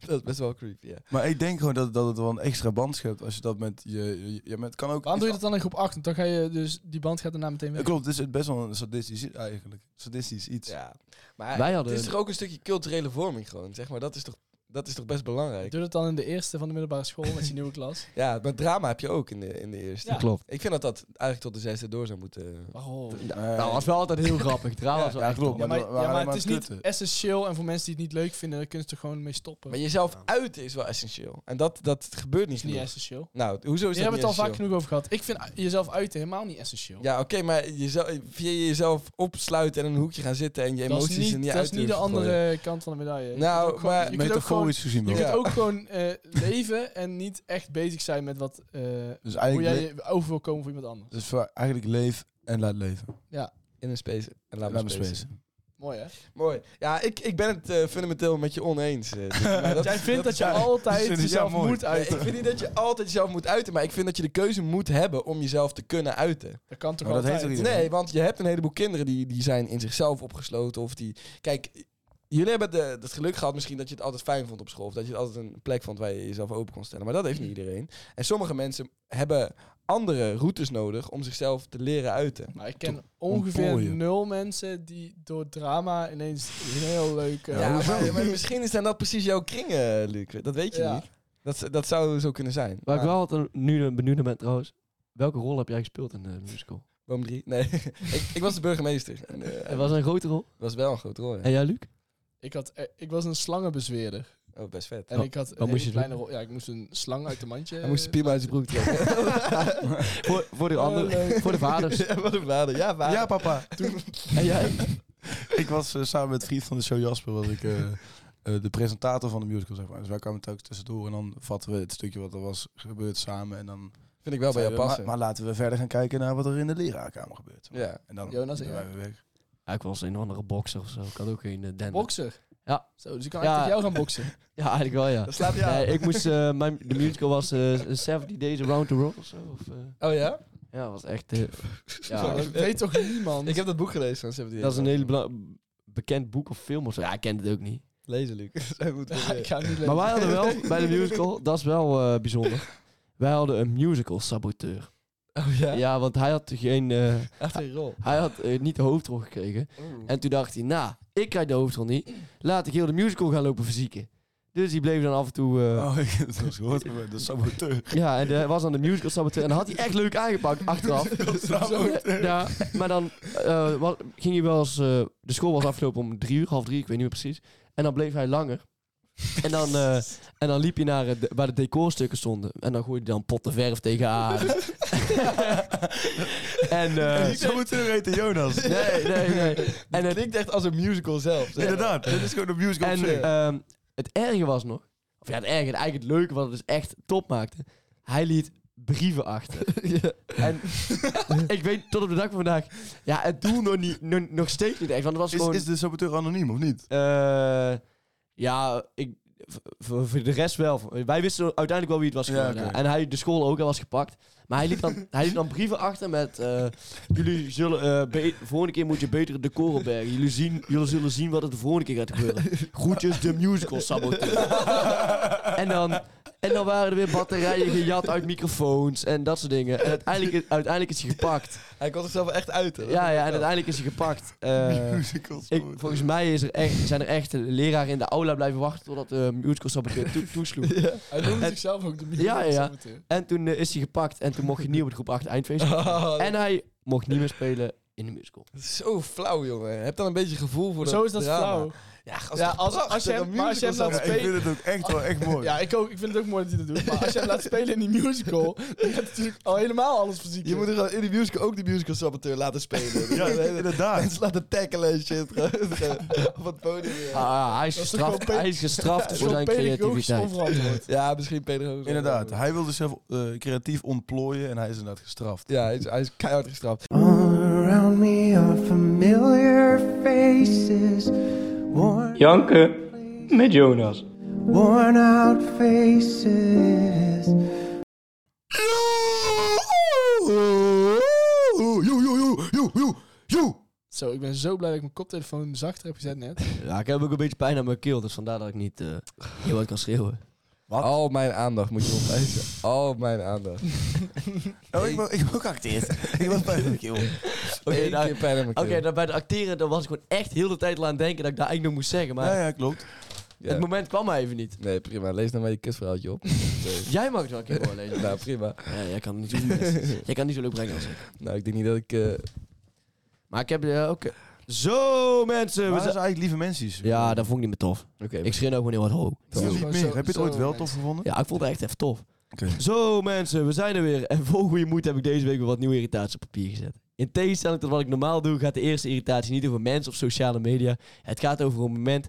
Dat is best wel creepy, ja.
Maar ik denk gewoon dat, dat het wel een extra band schept als je dat met je... je, je met, kan ook...
Waarom doe je dat dan in groep 8? Want Dan ga je dus, die band gaat daarna meteen
Ja,
weg.
Klopt, het is best wel een sadistisch iets eigenlijk. Sadistisch iets.
ja. Maar
Wij
het
hadden
is toch ook een stukje culturele vorming gewoon, zeg maar. Dat is toch, dat is toch best belangrijk?
Doe dat dan in de eerste van de middelbare school met je nieuwe klas.
Ja, maar drama heb je ook in de, in de eerste.
Ja.
Klopt.
Ik vind dat dat eigenlijk tot de zesde door zou moeten...
Waarom?
Nou, dat was wel altijd heel grappig. Drama was wel
ja,
echt
klopt.
Ja,
grappig.
maar,
Maar dan-
ja,
waren
maar
maar
het is niet
kutten.
essentieel. En voor mensen die het niet leuk vinden, dan kunnen ze er gewoon mee stoppen.
Maar
Maar
jezelf uiten is wel essentieel. En dat, dat gebeurt niet
is niet
genoeg.
essentieel.
Nou, hoezo is
Hier
dat
hebben
niet
we het al vaak
essentieel?
genoeg over gehad. Ik vind uh, jezelf uiten helemaal niet essentieel.
Ja, oké, maar jezelf, via jezelf opsluiten en in een hoekje gaan zitten en je
dat
emoties
is niet,
er niet
dat
uit
is niet de
durven
andere
gooien.
kant van de medaille. Je
Nou,
kunt ook gewoon-
maar-
je kunt ook gewoon,
Metaforisch gezien
je
wel.
Ja.
kunt ook gewoon eh, leven en niet echt bezig zijn met wat, eh,
Dus
hoe
eigenlijk,
jij
le-
je over wil komen voor iemand anders.
dus voor eigenlijk leef en laat leven.
In een space. En laat,
Laat,
me
me
spacen.
space.
Mooi hè?
Mooi. Ja, ik, ik ben het eh, fundamenteel met je oneens. eh, Dick. Maar dat-
jij vindt dat,
is
je
eigenlijk-
altijd
Ja,
jezelf
mooi.
moet
Nee, ik
uiten.
vind niet dat je altijd jezelf moet uiten, maar ik vind dat je de keuze moet hebben om jezelf te kunnen uiten.
Dat kan toch
Maar dat
altijd?
heeft toch iedereen?
Nee, want je hebt een heleboel kinderen die, die zijn in zichzelf opgesloten of die... Kijk, jullie hebben de, het geluk gehad misschien dat je het altijd fijn vond op school. Of dat je het altijd een plek vond waar je jezelf open kon stellen. Maar dat heeft niet iedereen. En sommige mensen hebben andere routes nodig om zichzelf te leren uiten.
Maar ik ken
ontplooien.
ongeveer nul mensen die door drama ineens heel leuk... eh,
Ja, maar, maar misschien zijn dat precies jouw kringen, Luc. Dat weet je
Ja.
niet. Dat, dat zou zo kunnen zijn.
Waar ik
Maar-
wel altijd nu benieuwd naar ben trouwens. Welke rol heb jij gespeeld in de musical?
Boom 3? Nee, ik, ik was de burgemeester. En, eh,
Het was een grote rol.
was wel een groot rol. ja.
En jij, Luc?
Ik, had, eh, ik was een slangenbezweerder.
Oh, best vet.
En
Wat-
ik had
wat
een
moest je
kleine
doen?
rol. Ja, ik moest een slang uit de mandje...
Hij moest de
eh,
piem uit zijn broek trekken.
Voor, voor de
Oh,
andere,
leuk.
voor de vaders.
Ja, Wat een vader. Ja, vader.
Ja, papa.
En jij?
ik was eh, samen met vriend van de show Jasper, was ik eh, eh, de presentator van de musical, zeg maar. Dus wij kwamen telkens tussendoor en dan vatten we het stukje wat er was gebeurd samen. En dan
Vind ik wel bij jou
zeiden
passen.
we, Maar, maar laten we verder gaan kijken naar wat er in de leraarkamer gebeurt.
ja.
En dan
Jonas,
dan
ja.
waren we weg.
Ja, ik was een of andere bokser of zo. Ik had ook geen uh,
Bokser.
Ja.
Zo, dus ik kan
Ja.
echt tegen jou gaan boksen.
Ja, eigenlijk wel, ja.
Dat slaat je
Nee, ik moest, eh, mijn, de musical was eh 70 Days Around the World of zo. Of, eh,
Oh ja?
ja, was echt... eh, ja,
Dat weet toch niemand?
Ik heb dat boek gelezen van 70
dat is een hele bela- bekend boek of film of zo. Ja, ik kende het ook niet.
Lezen, Luc. Zij moet
Ja, ik ga het niet lezen.
Maar wij hadden wel, bij de musical, dat is wel eh, bijzonder. Wij hadden een musical saboteur.
Oh ja?
Ja, want hij had geen... eh,
Echt een rol.
hij had eh, niet de hoofdrol gekregen. En toen dacht hij, nou, ik krijg de hoofdrol niet. Laat ik heel de musical gaan lopen verzieken. Dus die bleef dan af en toe... eh,
Oh, ik heb het wel eens gehoord, maar de saboteur.
Ja, en hij was dan de musical saboteur. En dat had hij echt leuk aangepakt achteraf. Ja, maar dan eh, wa- ging hij wel eens... eh, de school was afgelopen om drie uur, half drie, ik weet niet meer precies. En dan bleef hij langer. En dan, eh, en dan liep je naar het- waar de decorstukken stonden. En dan gooide hij dan potten verf tegen haar. en, eh,
Die saboteur heette Jonas.
nee, nee, nee. En
Het
het,
klinkt echt als een musical zelf. zeg.
Inderdaad, dit is gewoon een musical op
en
zich.
ehm, het erge was nog... Of ja, het erge, eigenlijk het leuke wat het dus echt top maakte. Hij liet brieven achter.
Ja.
En ik weet tot op de dag van vandaag. Ja, het doel nog, niet, nog, nog steeds niet echt. Want het was
Is,
gewoon.
is de saboteur anoniem of niet?
eh, ja, ik, v- voor, voor de rest wel. Wij wisten uiteindelijk wel wie het was.
Ja,
geworden,
oké.
ja. En hij de school ook al was gepakt. Maar hij liet dan, hij liet dan brieven achter met. eh, jullie zullen. eh, be- volgende keer moet je betere decoren bergen. Jullie, zien, jullie zullen zien wat er de volgende keer gaat gebeuren. Groetjes, de musical saboteur.
Eh,
En dan, en dan waren er weer batterijen gejat uit microfoons en dat soort dingen. En uiteindelijk, uiteindelijk is hij gepakt.
Hij kon zichzelf wel echt uiten. Dat
Ja,
vind
ja,
ik
en
wel.
uiteindelijk is hij gepakt. Eh,
musical
ik,
saboteur.
volgens mij is er echt, zijn er echt leraren in de aula blijven wachten totdat eh, de musical saboteur toe- toesloeg.
Hij noemde zichzelf ook de musical
Ja, ja, ja.
saboteur.
En toen eh, is hij gepakt en toen mocht je niet op het groep 8 eindfeest.
Oh,
En hij mocht niet meer spelen in de musical.
dat is Zo flauw, jongen. Heb dan een beetje gevoel voor
Zo
dat
is dat
drama.
flauw.
Ja, als
Ja,
dat
als,
prachtig,
als je
een
hem, maar als je hem
musical
laat
Ja, ik vind
spelen...
het ook echt wel echt mooi.
Ja, ik, ook, ik vind het ook mooi dat hij dat doet. Maar als je hem laat spelen in die musical, dan gaat natuurlijk al helemaal alles fysiek.
Je moet er gewoon in die musical ook die musical saboteur laten spelen.
Ja, inderdaad.
Mensen laten tackelen en shit. gewoon Op het podium. ja.
Ah, hij is
is toch wel
gestraft,
pe-
hij is gestraft
is
voor zijn
pedagogisch
creativiteit.
onverantwoord.
Ja, misschien pedagogisch.
Inderdaad, hij wilde zichzelf eh, creatief ontplooien en hij is inderdaad gestraft.
Ja, hij is, hij is keihard gestraft.
Janken met Jonas.
Zo, ik ben zo blij dat ik mijn koptelefoon zachter heb gezet net.
Ja, ik heb ook een beetje pijn aan mijn keel, dus vandaar dat ik niet eh, heel hard kan schreeuwen.
Al mijn aandacht moet je opeisen. Al mijn aandacht. Eén
Oh, ik ben ik ben ook acteerd. ik was bij de kill.
Oké, nou-
keer pijn aan mijn
Oké,
keel.
dan bij de acteren dan was ik gewoon echt heel de tijd al aan het denken dat ik daar eigenlijk nog moest zeggen. Maar
Ja, ja, klopt.
Ja.
het moment kwam maar even niet.
Nee, prima. Lees nou maar je kistverhaaltje op. Nee.
Jij mag het wel een keer voorlezen.
nou, prima.
Ja, jij kan het niet zo goed best. Jij kan het niet zo leuk brengen als ik.
Nou, ik denk niet dat ik... eh,
Maar ik heb eh, ook... Zo, mensen!
Maar
We
dat is
zijn...
eigenlijk lieve mensen.
Ja, dat vond ik niet meer tof.
Oké,
Ik schreeuw ook gewoon heel hard hoog.
Dat is niet
Zo,
meer.
zo,
Heb je het ooit
zo,
wel
mensen.
tof gevonden?
Ja, ik vond het echt even tof.
Oké.
Zo mensen, we zijn er weer. En vol goede moed heb ik deze week weer wat nieuwe irritaties op papier gezet. In tegenstelling tot wat ik normaal doe, gaat de eerste irritatie niet over mensen of sociale media. Het gaat over een moment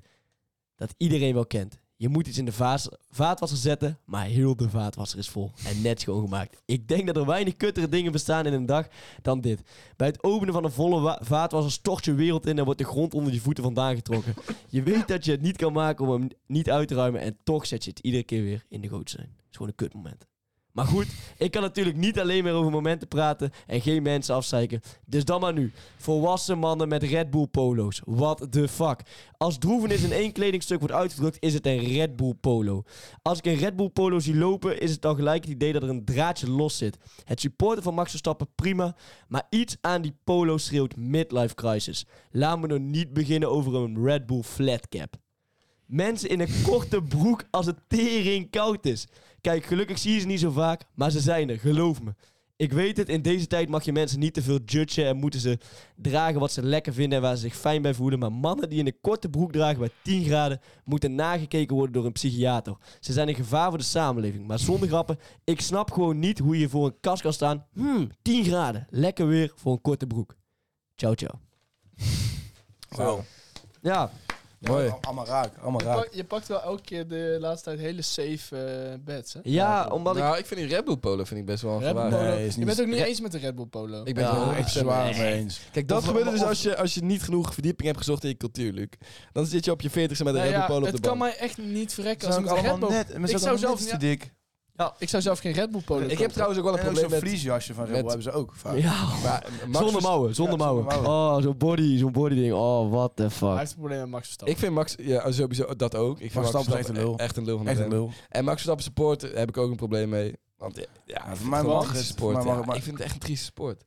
dat iedereen wel kent. Je moet iets in de vaas, vaatwasser zetten, maar heel de vaatwasser is vol en net schoongemaakt. Ik denk dat er weinig kuttere dingen bestaan in een dag dan dit. Bij het openen van een volle wa- vaatwasser stort je wereld in en wordt de grond onder je voeten vandaan getrokken. Je weet dat je het niet kan maken om hem niet uit te ruimen en toch zet je het iedere keer weer in de goot zijn. Het is gewoon een kutmoment. Maar goed, ik kan natuurlijk niet alleen meer over momenten praten en geen mensen afzeiken. Dus dan maar nu. Volwassen mannen met Red Bull polo's. What the fuck. Als droevenis in één kledingstuk wordt uitgedrukt, is het een Red Bull polo. Als ik een Red Bull polo zie lopen, is het dan gelijk het idee dat er een draadje los zit. Het supporten van Max Verstappen, prima. Maar iets aan die polo schreeuwt midlife crisis. Laat me nog niet beginnen over een Red Bull flatcap. Mensen in een korte broek als het tering koud is. Kijk, gelukkig zie je ze niet zo vaak, maar ze zijn er, geloof me. Ik weet het, in deze tijd mag je mensen niet te veel judgen en moeten ze dragen wat ze lekker vinden en waar ze zich fijn bij voelen. Maar mannen die in een korte broek dragen bij 10 graden moeten nagekeken worden door een psychiater. Ze zijn een gevaar voor de samenleving. Maar zonder grappen, ik snap gewoon niet hoe je voor een kast kan staan. Hmm, 10 graden, lekker weer voor een korte broek. Ciao, ciao.
Wauw.
Ja,
Oh, mooi.
Allemaal raak, allemaal
Je,
raak.
pak- je pakt wel elke keer de laatste tijd hele safe eh, bets, hè?
ja omdat ik...
nou, ik vind die Red Bull polo vind ik best wel een
Red Bull
gewaar.
Polo.
Nee, is
je
niet-
bent ook niet
Red-
eens met de Red Bull Polo.
Ik ben
Ja.
het wel
Ja.
Echt
echt
zwaar mee eens.
Kijk, dat
Of-
gebeurt er dus
of-
als je, als je niet genoeg verdieping hebt gezocht in je cultuur, Luc. Dan zit je op je veertigste met een
Nou
Red Bull
ja,
polo op de
het kan
bank.
mij echt niet verrekken
Zijn
als
ook
ik met Red
allemaal
Bull...
net. en
Ik
mensen
zou
ook allemaal
zelf...
net
ja,
te dik.
ik zou zelf geen Red Bull Polo
Ik heb
kopen.
trouwens ook wel een
En ook zo'n
probleem met...
vriesjasje van Red Bull
met-
hebben ze ook vaak.
Ja,
Maar Max
zonder
Verst-
mouwen, zonder
ja,
mouwen.
zonder
Oh, zo'n body, zo'n body ding. Oh, what the
Hij
fuck.
heeft een probleem met Max Verstappen.
Ik vind Max... Ja, sowieso dat ook. Ik vind
Verstappen is echt een lul.
Echt een lul van de
Echt een
vent.
lul.
En Max Verstappen support eh, heb ik ook een probleem mee. Want ja, ja, ik vind
voor mij
het gewoon
mag
een
het,
trieste sport.
voor mij mag
ja.
het, maar-
Ik vind het echt een trieste sport.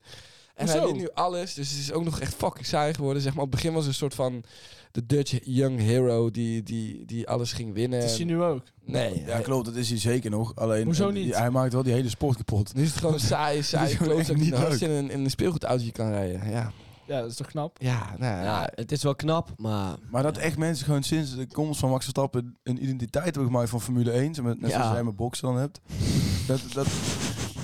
En
Hoezo?
hij wint nu alles, dus het is ook nog echt fucking saai geworden. Zeg maar, op het begin was het een soort van de Dutch young hero die, die, die alles ging winnen.
Dat is hij nu ook.
Nee,
Ja, klopt, dat is hij zeker nog. Alleen,
Hoezo
eh, die-
niet?
Hij maakt wel die hele sport kapot.
Nu is het gewoon een saaie, saaie
gewoon echt
klootzak
niet
die nog
leuk.
in een, in een speelgoedautootje kan rijden. Ja,
Ja, dat is toch knap?
ja, nou, ja.
Ja, het is wel knap, maar...
Maar dat echt mensen gewoon sinds de komst van Max Verstappen een identiteit hebben gemaakt van Formule 1. Zo met- Net zoals
Ja.
jij met boksen dan hebt. Dat, dat,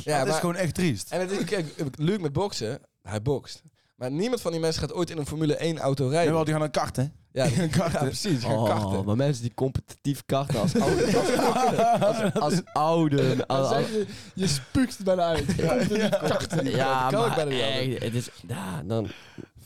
Ja,
dat is
maar-
gewoon echt triest.
En het is, kijk, Luc met boksen, hij bokst. Maar niemand van die mensen gaat ooit in een Formule 1 auto
En
rijden.
wel, die gaan een karten.
ja,
Een
ja,
karten.
precies, gaan
Oh,
karten.
maar mensen die competitief karten als oude... als, als oude...
Dan
als-
zeg je, je spuukt bijna uit. Ja,
ja,
kan ook bij
maar
de Nederlander.
echt, het is... Ja, dan...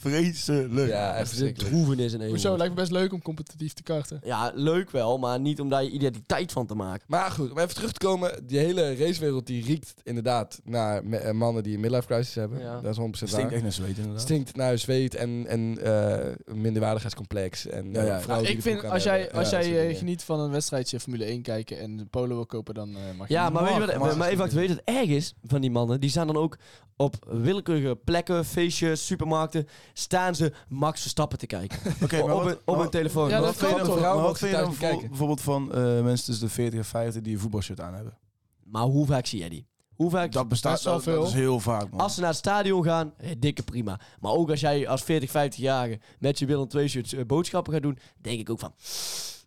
Vreselijk.
Ja, echt
Het is een
verschrikkelijk.
droevenis in één
Hoezo,
woord.
lijkt me best leuk om competitief te karten.
Ja, leuk wel, maar niet om daar je identiteit van te maken.
Maar goed, om even terug te komen. Die hele racewereld die riekt inderdaad naar me- eh, mannen die een midlife crisis hebben.
Ja.
Dat is 100% waar.
Stinkt echt naar zweet inderdaad.
Stinkt naar zweet en, en eh, een minderwaardigheidscomplex. En
Ja,
eh,
ja.
vrouwen die
ik
de
vind,
broek aan
als jij,
hebben.
als
Ja, dat
jij
soort
eh,
dingen.
geniet van een wedstrijdje Formule 1 kijken en een polo wil kopen, dan eh, mag je
Ja, maar weet je wat,
maar-
maar even wat weet je wat erg is van die mannen? Die staan dan ook op willekeurige plekken, feestjes, supermarkten, staan ze Max Verstappen te kijken.
Oké,
op,
maar
op,
wat-
een, op
maar-
een telefoon.
Ja,
Maar
dat
wat vind
kan
je
toch?
dan
maar
vrouw
wat
mogen
vind je
thuis niet
dan voor-
kijken?
bijvoorbeeld van eh, mensen tussen de 40 en 50 die een voetbalshirt aan hebben?
Maar hoe vaak zie jij die? Hoe vaak...
Dat bestaat
Best wel
dat, dat
veel.
is heel vaak, man.
Als ze naar het stadion gaan, eh, dikke prima. Maar ook als jij als 40, 50-jarige met je Willem 2 shirts eh, boodschappen gaat doen, denk ik ook van...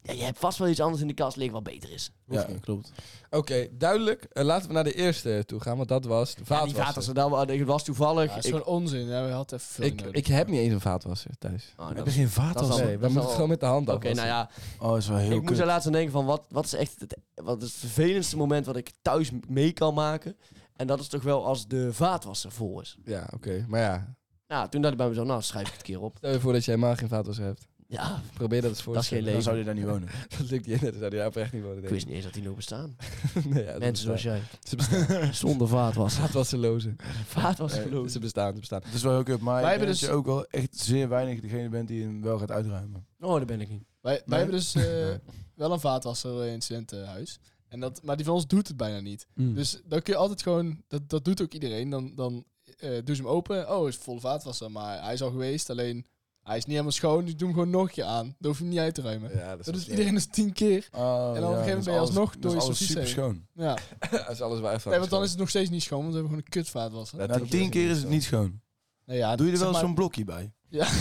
Ja, je hebt vast wel iets anders in de kast liggen wat beter is.
Ja, klopt.
Oh,
Oké, duidelijk. Eh, laten we naar de eerste toe gaan, want dat was de
Ja, die
vaatwasser.
vaatwasser, dat wa- dat was toevallig.
Ja, dat
Ik- Oh,
is gewoon onzin. Ja, we hadden even veel
ik,
nodig.
ik heb niet eens een vaatwasser thuis.
Oh, dat
Heb je
is-
geen
dat is
vaatwasser?
al-
Nee, we
dat is
moeten
al-
het gewoon met de hand
Oké,
afwassen.
nou ja,
Oh, is wel heel
ik moest
kut.
er laatst aan denken van wat, wat is echt het, wat is het vervelendste moment wat ik thuis m- mee kan maken. En dat is toch wel als de vaatwasser vol is.
Ja, oké. Maar ja,
Nou, toen dacht ik bij mezelf, nou schrijf ik het keer op.
stel je voor dat jij helemaal geen vaatwasser hebt.
Ja,
Probeer dat eens voor
Dat
te
is geen
stellen.
Dan zou je daar niet wonen.
Dat lukt je net. Dan zou die daar oprecht niet worden.
ik
denk
wist niet eens dat die nog bestaan.
ik. nee, ja, dat
Mensen
bestaat.
zoals jij.
Ze bestaan.
Zonder vaatwasser.
Vaatwasserlozen.
Vaatwasser
Nee,
geloof
Ze
ik.
bestaan, ze bestaan.
Dat is wel heel kut. Maar
Wij
wij hebben
hebben
dat
dus-
je ook wel echt zeer weinig degene bent die hem wel gaat uitruimen.
Oh, daar ben ik niet.
Wij, wij
Nee?
hebben dus eh,
Nee.
wel een vaatwasser in het studentenhuis. En dat, maar die van ons doet het bijna niet.
Hm.
Dus dan kun je altijd gewoon... Dat, dat doet ook iedereen. Dan, dan eh, doen ze hem open. Oh, is vol vaatwasser. Maar hij is al geweest. Alleen, hij is niet helemaal schoon. Dus doe hem gewoon nog een keer aan. Dan hoef je hem niet uit te ruimen.
Ja,
dat doet iedereen dus tien keer.
Oh,
En dan op een gegeven moment ben je alsnog door je
alles
sorties heen.
super schoon.
Ja.
Dat is alles waar.
Nee, want dan is het nog steeds niet schoon. Want we hebben gewoon een kut vaatwasser.
Ja,
Na tien keer is het niet schoon.
Nee, ja,
Doe je er
zeg
wel
maar-
zo'n blokje bij?
Ja.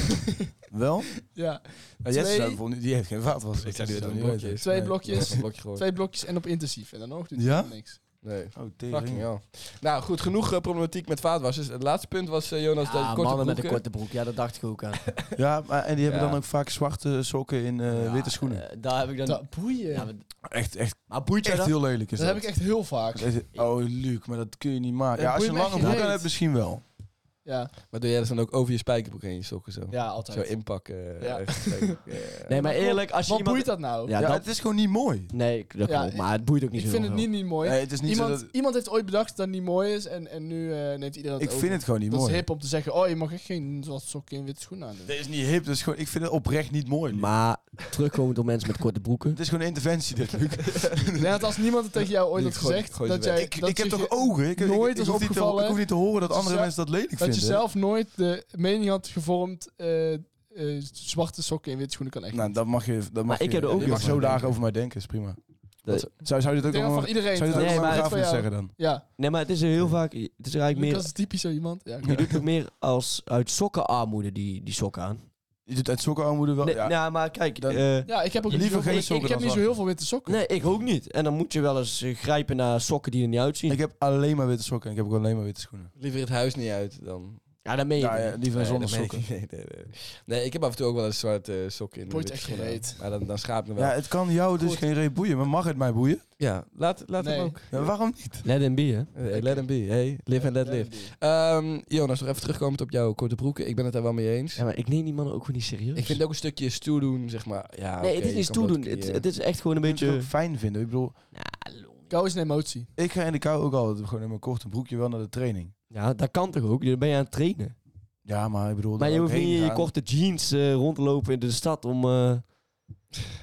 Wel?
ja,
Nou, Jesse
Twee-
zou bijvoorbeeld niet- die heeft geen vaatwasser.
Ik zou
Dat
niet weten
zou
wat een
ik niet
blokje is.
Twee
Nee.
blokjes.
Een blokje gewoon.
Twee blokjes en op intensief. En dan nog doet hij
Ja?
helemaal niks.
Nee.
Oh,
Fucking
tering.
hell. Nou goed, genoeg eh, problematiek met vaatwassers. Het laatste punt was, eh, Jonas, dat je
Ja,
korte
mannen met een
broeken-
korte broek. Ja, dat dacht ik ook aan.
Eh,
Ja, maar, en die hebben
Ja.
dan ook vaak zwarte sokken in eh,
Ja,
witte schoenen.
eh, daar heb ik dan...
Dat boeien.
ja, maar,
echt, echt,
maar boeit je
echt
dat?
heel lelijk is
dat heb ik echt heel vaak.
Echt- Oh, Luc, maar dat kun je niet maken.
Dat
Ja, als je
boeit
een
me
lange
echt
broek aan
reet.
hebt, misschien wel.
Ja,
Maar doe jij dat dan ook over je spijkerbroek heen, je sokken zo?
ja
Zo
altijd.
inpakken. eh,
Ja.
ergens spijkerbroek, eh.
Nee, maar eerlijk, als je
Wat
iemand...
boeit dat nou?
Ja,
Ja,
dat-
het is gewoon niet mooi.
Nee, dat
Ja,
klopt. Maar het boeit ook niet
ik
zo
vind het
heel
niet, niet mooi.
Nee, het is niet
iemand,
zo dat...
iemand heeft ooit bedacht dat het niet mooi is en, en nu eh, neemt iedereen het
Ik
over.
vind het gewoon niet
dat
mooi.
is hip om te zeggen, oh, je mag echt geen zwarte sokken en witte schoenen aan doen.
Dat is niet hip, dat is gewoon, ik vind het oprecht niet mooi.
veel.
Maar
Maar terugkomend op mensen met korte broeken.
het is gewoon een interventie, dit, Luc.
Ik denk dat als niemand het tegen jou ooit
Die
had
gooi-
gezegd,
gooi
dat
ze weg.
jij...
ik,
dat
ik heb
je-
toch ogen? Ik, ik-
nooit
ik,
is
hoef niet te,
opgevallen
ik hoef niet te horen dat
dat
andere
je
mensen dat lelijk
Dat
vinden.
je zelf nooit de mening had gevormd, eh, eh, zwarte sokken en witte schoenen kan echt
Nou,
niet.
dat mag je... Dat mag
Maar ik
je,
heb er ook
je
heel
mag
veel
zo
aan
dagen
denken.
over mij denken, is prima.
Dat-
Dat- zou, zou je dit ook
Ik denk dat
nog
van iedereen.
zou je dit ook
Nee,
nog
trouwens.
maar-
maar
Voor jou.
zeggen dan?
Ja,
Nee, maar het is heel vaak... Het is eigenlijk
Lucas
meer...
is typisch zo iemand. Ja,
Je doet nog meer als uit sokkenarmoede die, die sokken aan.
Je doet uit sokkenarmoede wel...
Nee,
ja.
nou, maar kijk...
Dan-
eh,
ja ik heb ook
Liever
niet zo-
geen
ik-
sokken
Ik heb
dan
niet zo heel veel witte sokken.
nee, ik ook niet. En dan moet je wel eens eh, grijpen naar sokken die er niet uitzien.
Ik heb alleen maar witte sokken en ik heb ook alleen maar witte schoenen.
Liever het huis niet uit dan...
ja, dan ben je
Ja,
er
Nou ja,
niet.
liever
Nee,
zonder
dat meen ik niet.
sokken.
Nee, nee, nee. nee, ik heb af en toe ook wel eens zwarte eh, sokken in. de
Boeit
witte
echt
schoenen
geen
aan.
reet.
Maar dan, dan schaapt me wel.
Ja,
Ja,
het kan jou dus
Goed.
geen reet boeien, maar mag het mij boeien?
laat, laat
Nee.
hem ook.
Ja, waarom niet?
Let and be, hè?
Hey, let him be. Hey, live and let live.
Ja,
Ehm, Jonas, nog even terugkomend op jouw korte broeken. Ik ben het daar wel mee eens.
Ja, maar ik neem die mannen ook gewoon niet serieus. Ah,
Ik vind het ook een stukje stoer doen, zeg maar. Ja,
nee,
oké,
het is
je
niet
kan
stoer doen.
blote
Het,
eh,
knieën.
het is echt gewoon een
Ik vind het
beetje...
ook fijn vinden. Ik bedoel,
Kou is een emotie.
ik ga in de kou ook al gewoon in mijn korte broekje wel naar de training.
Ja, dat kan toch ook? Dan ben je aan het trainen.
Ja, maar ik bedoel...
Maar
daar
je
ook
hoeft niet
heen
in je
gaan.
korte jeans eh, rond te lopen in de stad om... eh, ja,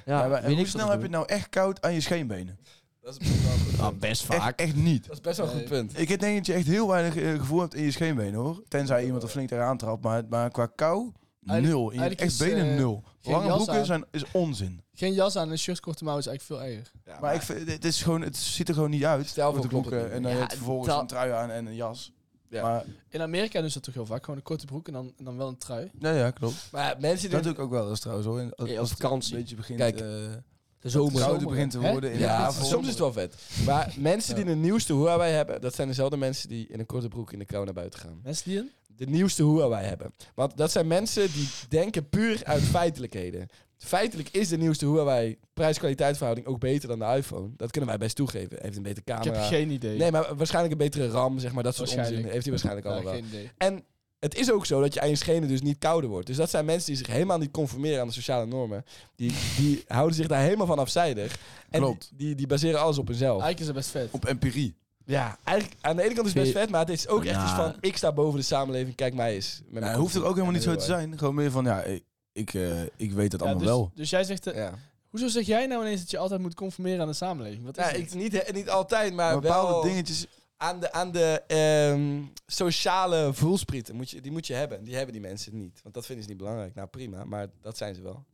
Ja, maar
weet ik
hoe
wat
snel
ik
heb je
bedoel.
het nou echt koud aan je scheenbenen?
Dat is best wel een goed
Ah,
punt.
best vaak.
Echt, echt niet.
Dat is best wel een goed punt.
Ik denk dat je echt heel weinig eh, gevoel hebt in je scheenbenen, hoor. Tenzij iemand er flink tegenaan trapt, maar, maar qua kou,
Eigenlijk-
nul. In je
eigenlijk
echt
is,
benen,
eh,
nul.
geen
Lange
jas
broeken
aan.
zijn, is onzin.
Geen jas aan en een shirt korte mouw is eigenlijk veel erger.
Ja,
Maar ik, vind- het, is gewoon, het ziet er gewoon niet uit.
Stijl
Korte
klopt het
broeken
niet.
en dan
Ja,
heb je vervolgens
dat-
een trui aan en een jas.
Ja.
Maar,
In Amerika doen ze dat toch heel vaak. Gewoon een korte broek en dan, en dan wel een trui.
nou ja, klopt.
Maar mensen
Dat
doen...
doe ik ook wel eens trouwens, hoor. En
Ja, op
als het
vakantie.
Een beetje begint...
Kijk,
eh,
De
Het
zomer.
kouder begint te
Hè?
worden. in de
Ja,
avond.
soms is het wel vet. Maar mensen die de nieuwste Huawei hebben, dat zijn dezelfde mensen die in een korte broek in de kou naar buiten gaan.
Mensen die een?
De nieuwste Huawei hebben. Want dat zijn mensen die denken puur uit feitelijkheden. Feitelijk is de nieuwste Huawei prijs-kwaliteitverhouding ook beter dan de iPhone. Dat kunnen wij best toegeven. Heeft een betere
Ik heb
camera.
geen idee.
Nee, maar waarschijnlijk een betere RAM, zeg maar. Dat soort onzin
Waarschijnlijk.
heeft hij waarschijnlijk
Ja,
allemaal wel.
geen idee.
En het is ook zo dat je aan je schenen dus niet kouder wordt. Dus dat zijn mensen die zich helemaal niet conformeren aan de sociale normen. Die, die houden zich daar helemaal van afzijdig. En
Klopt.
Die, die baseren alles op hunzelf.
Eigenlijk is het best vet.
Op empirie.
Ja, eigenlijk aan de ene kant is het best
Vind
vet, maar het is ook echt
Ja.
iets van... ik sta boven de samenleving, kijk mij eens. Met
Nou,
mijn
het hoeft er ook helemaal niet zo te
heel
zijn. Gewoon meer van, ja, ik, ik, eh, ik weet het
Ja,
allemaal
dus,
wel.
Dus jij zegt, eh,
Ja.
hoezo zeg jij nou ineens dat je altijd moet conformeren aan de samenleving? Wat is
Nou,
dit?
ik, niet, niet altijd, maar,
Maar bepaalde
wel
dingetjes...
aan de, aan de ehm, sociale voelsprieten. Moet je, die moet je hebben. Die hebben die mensen niet. Want dat vinden ze niet belangrijk. Nou, prima, maar dat zijn ze wel.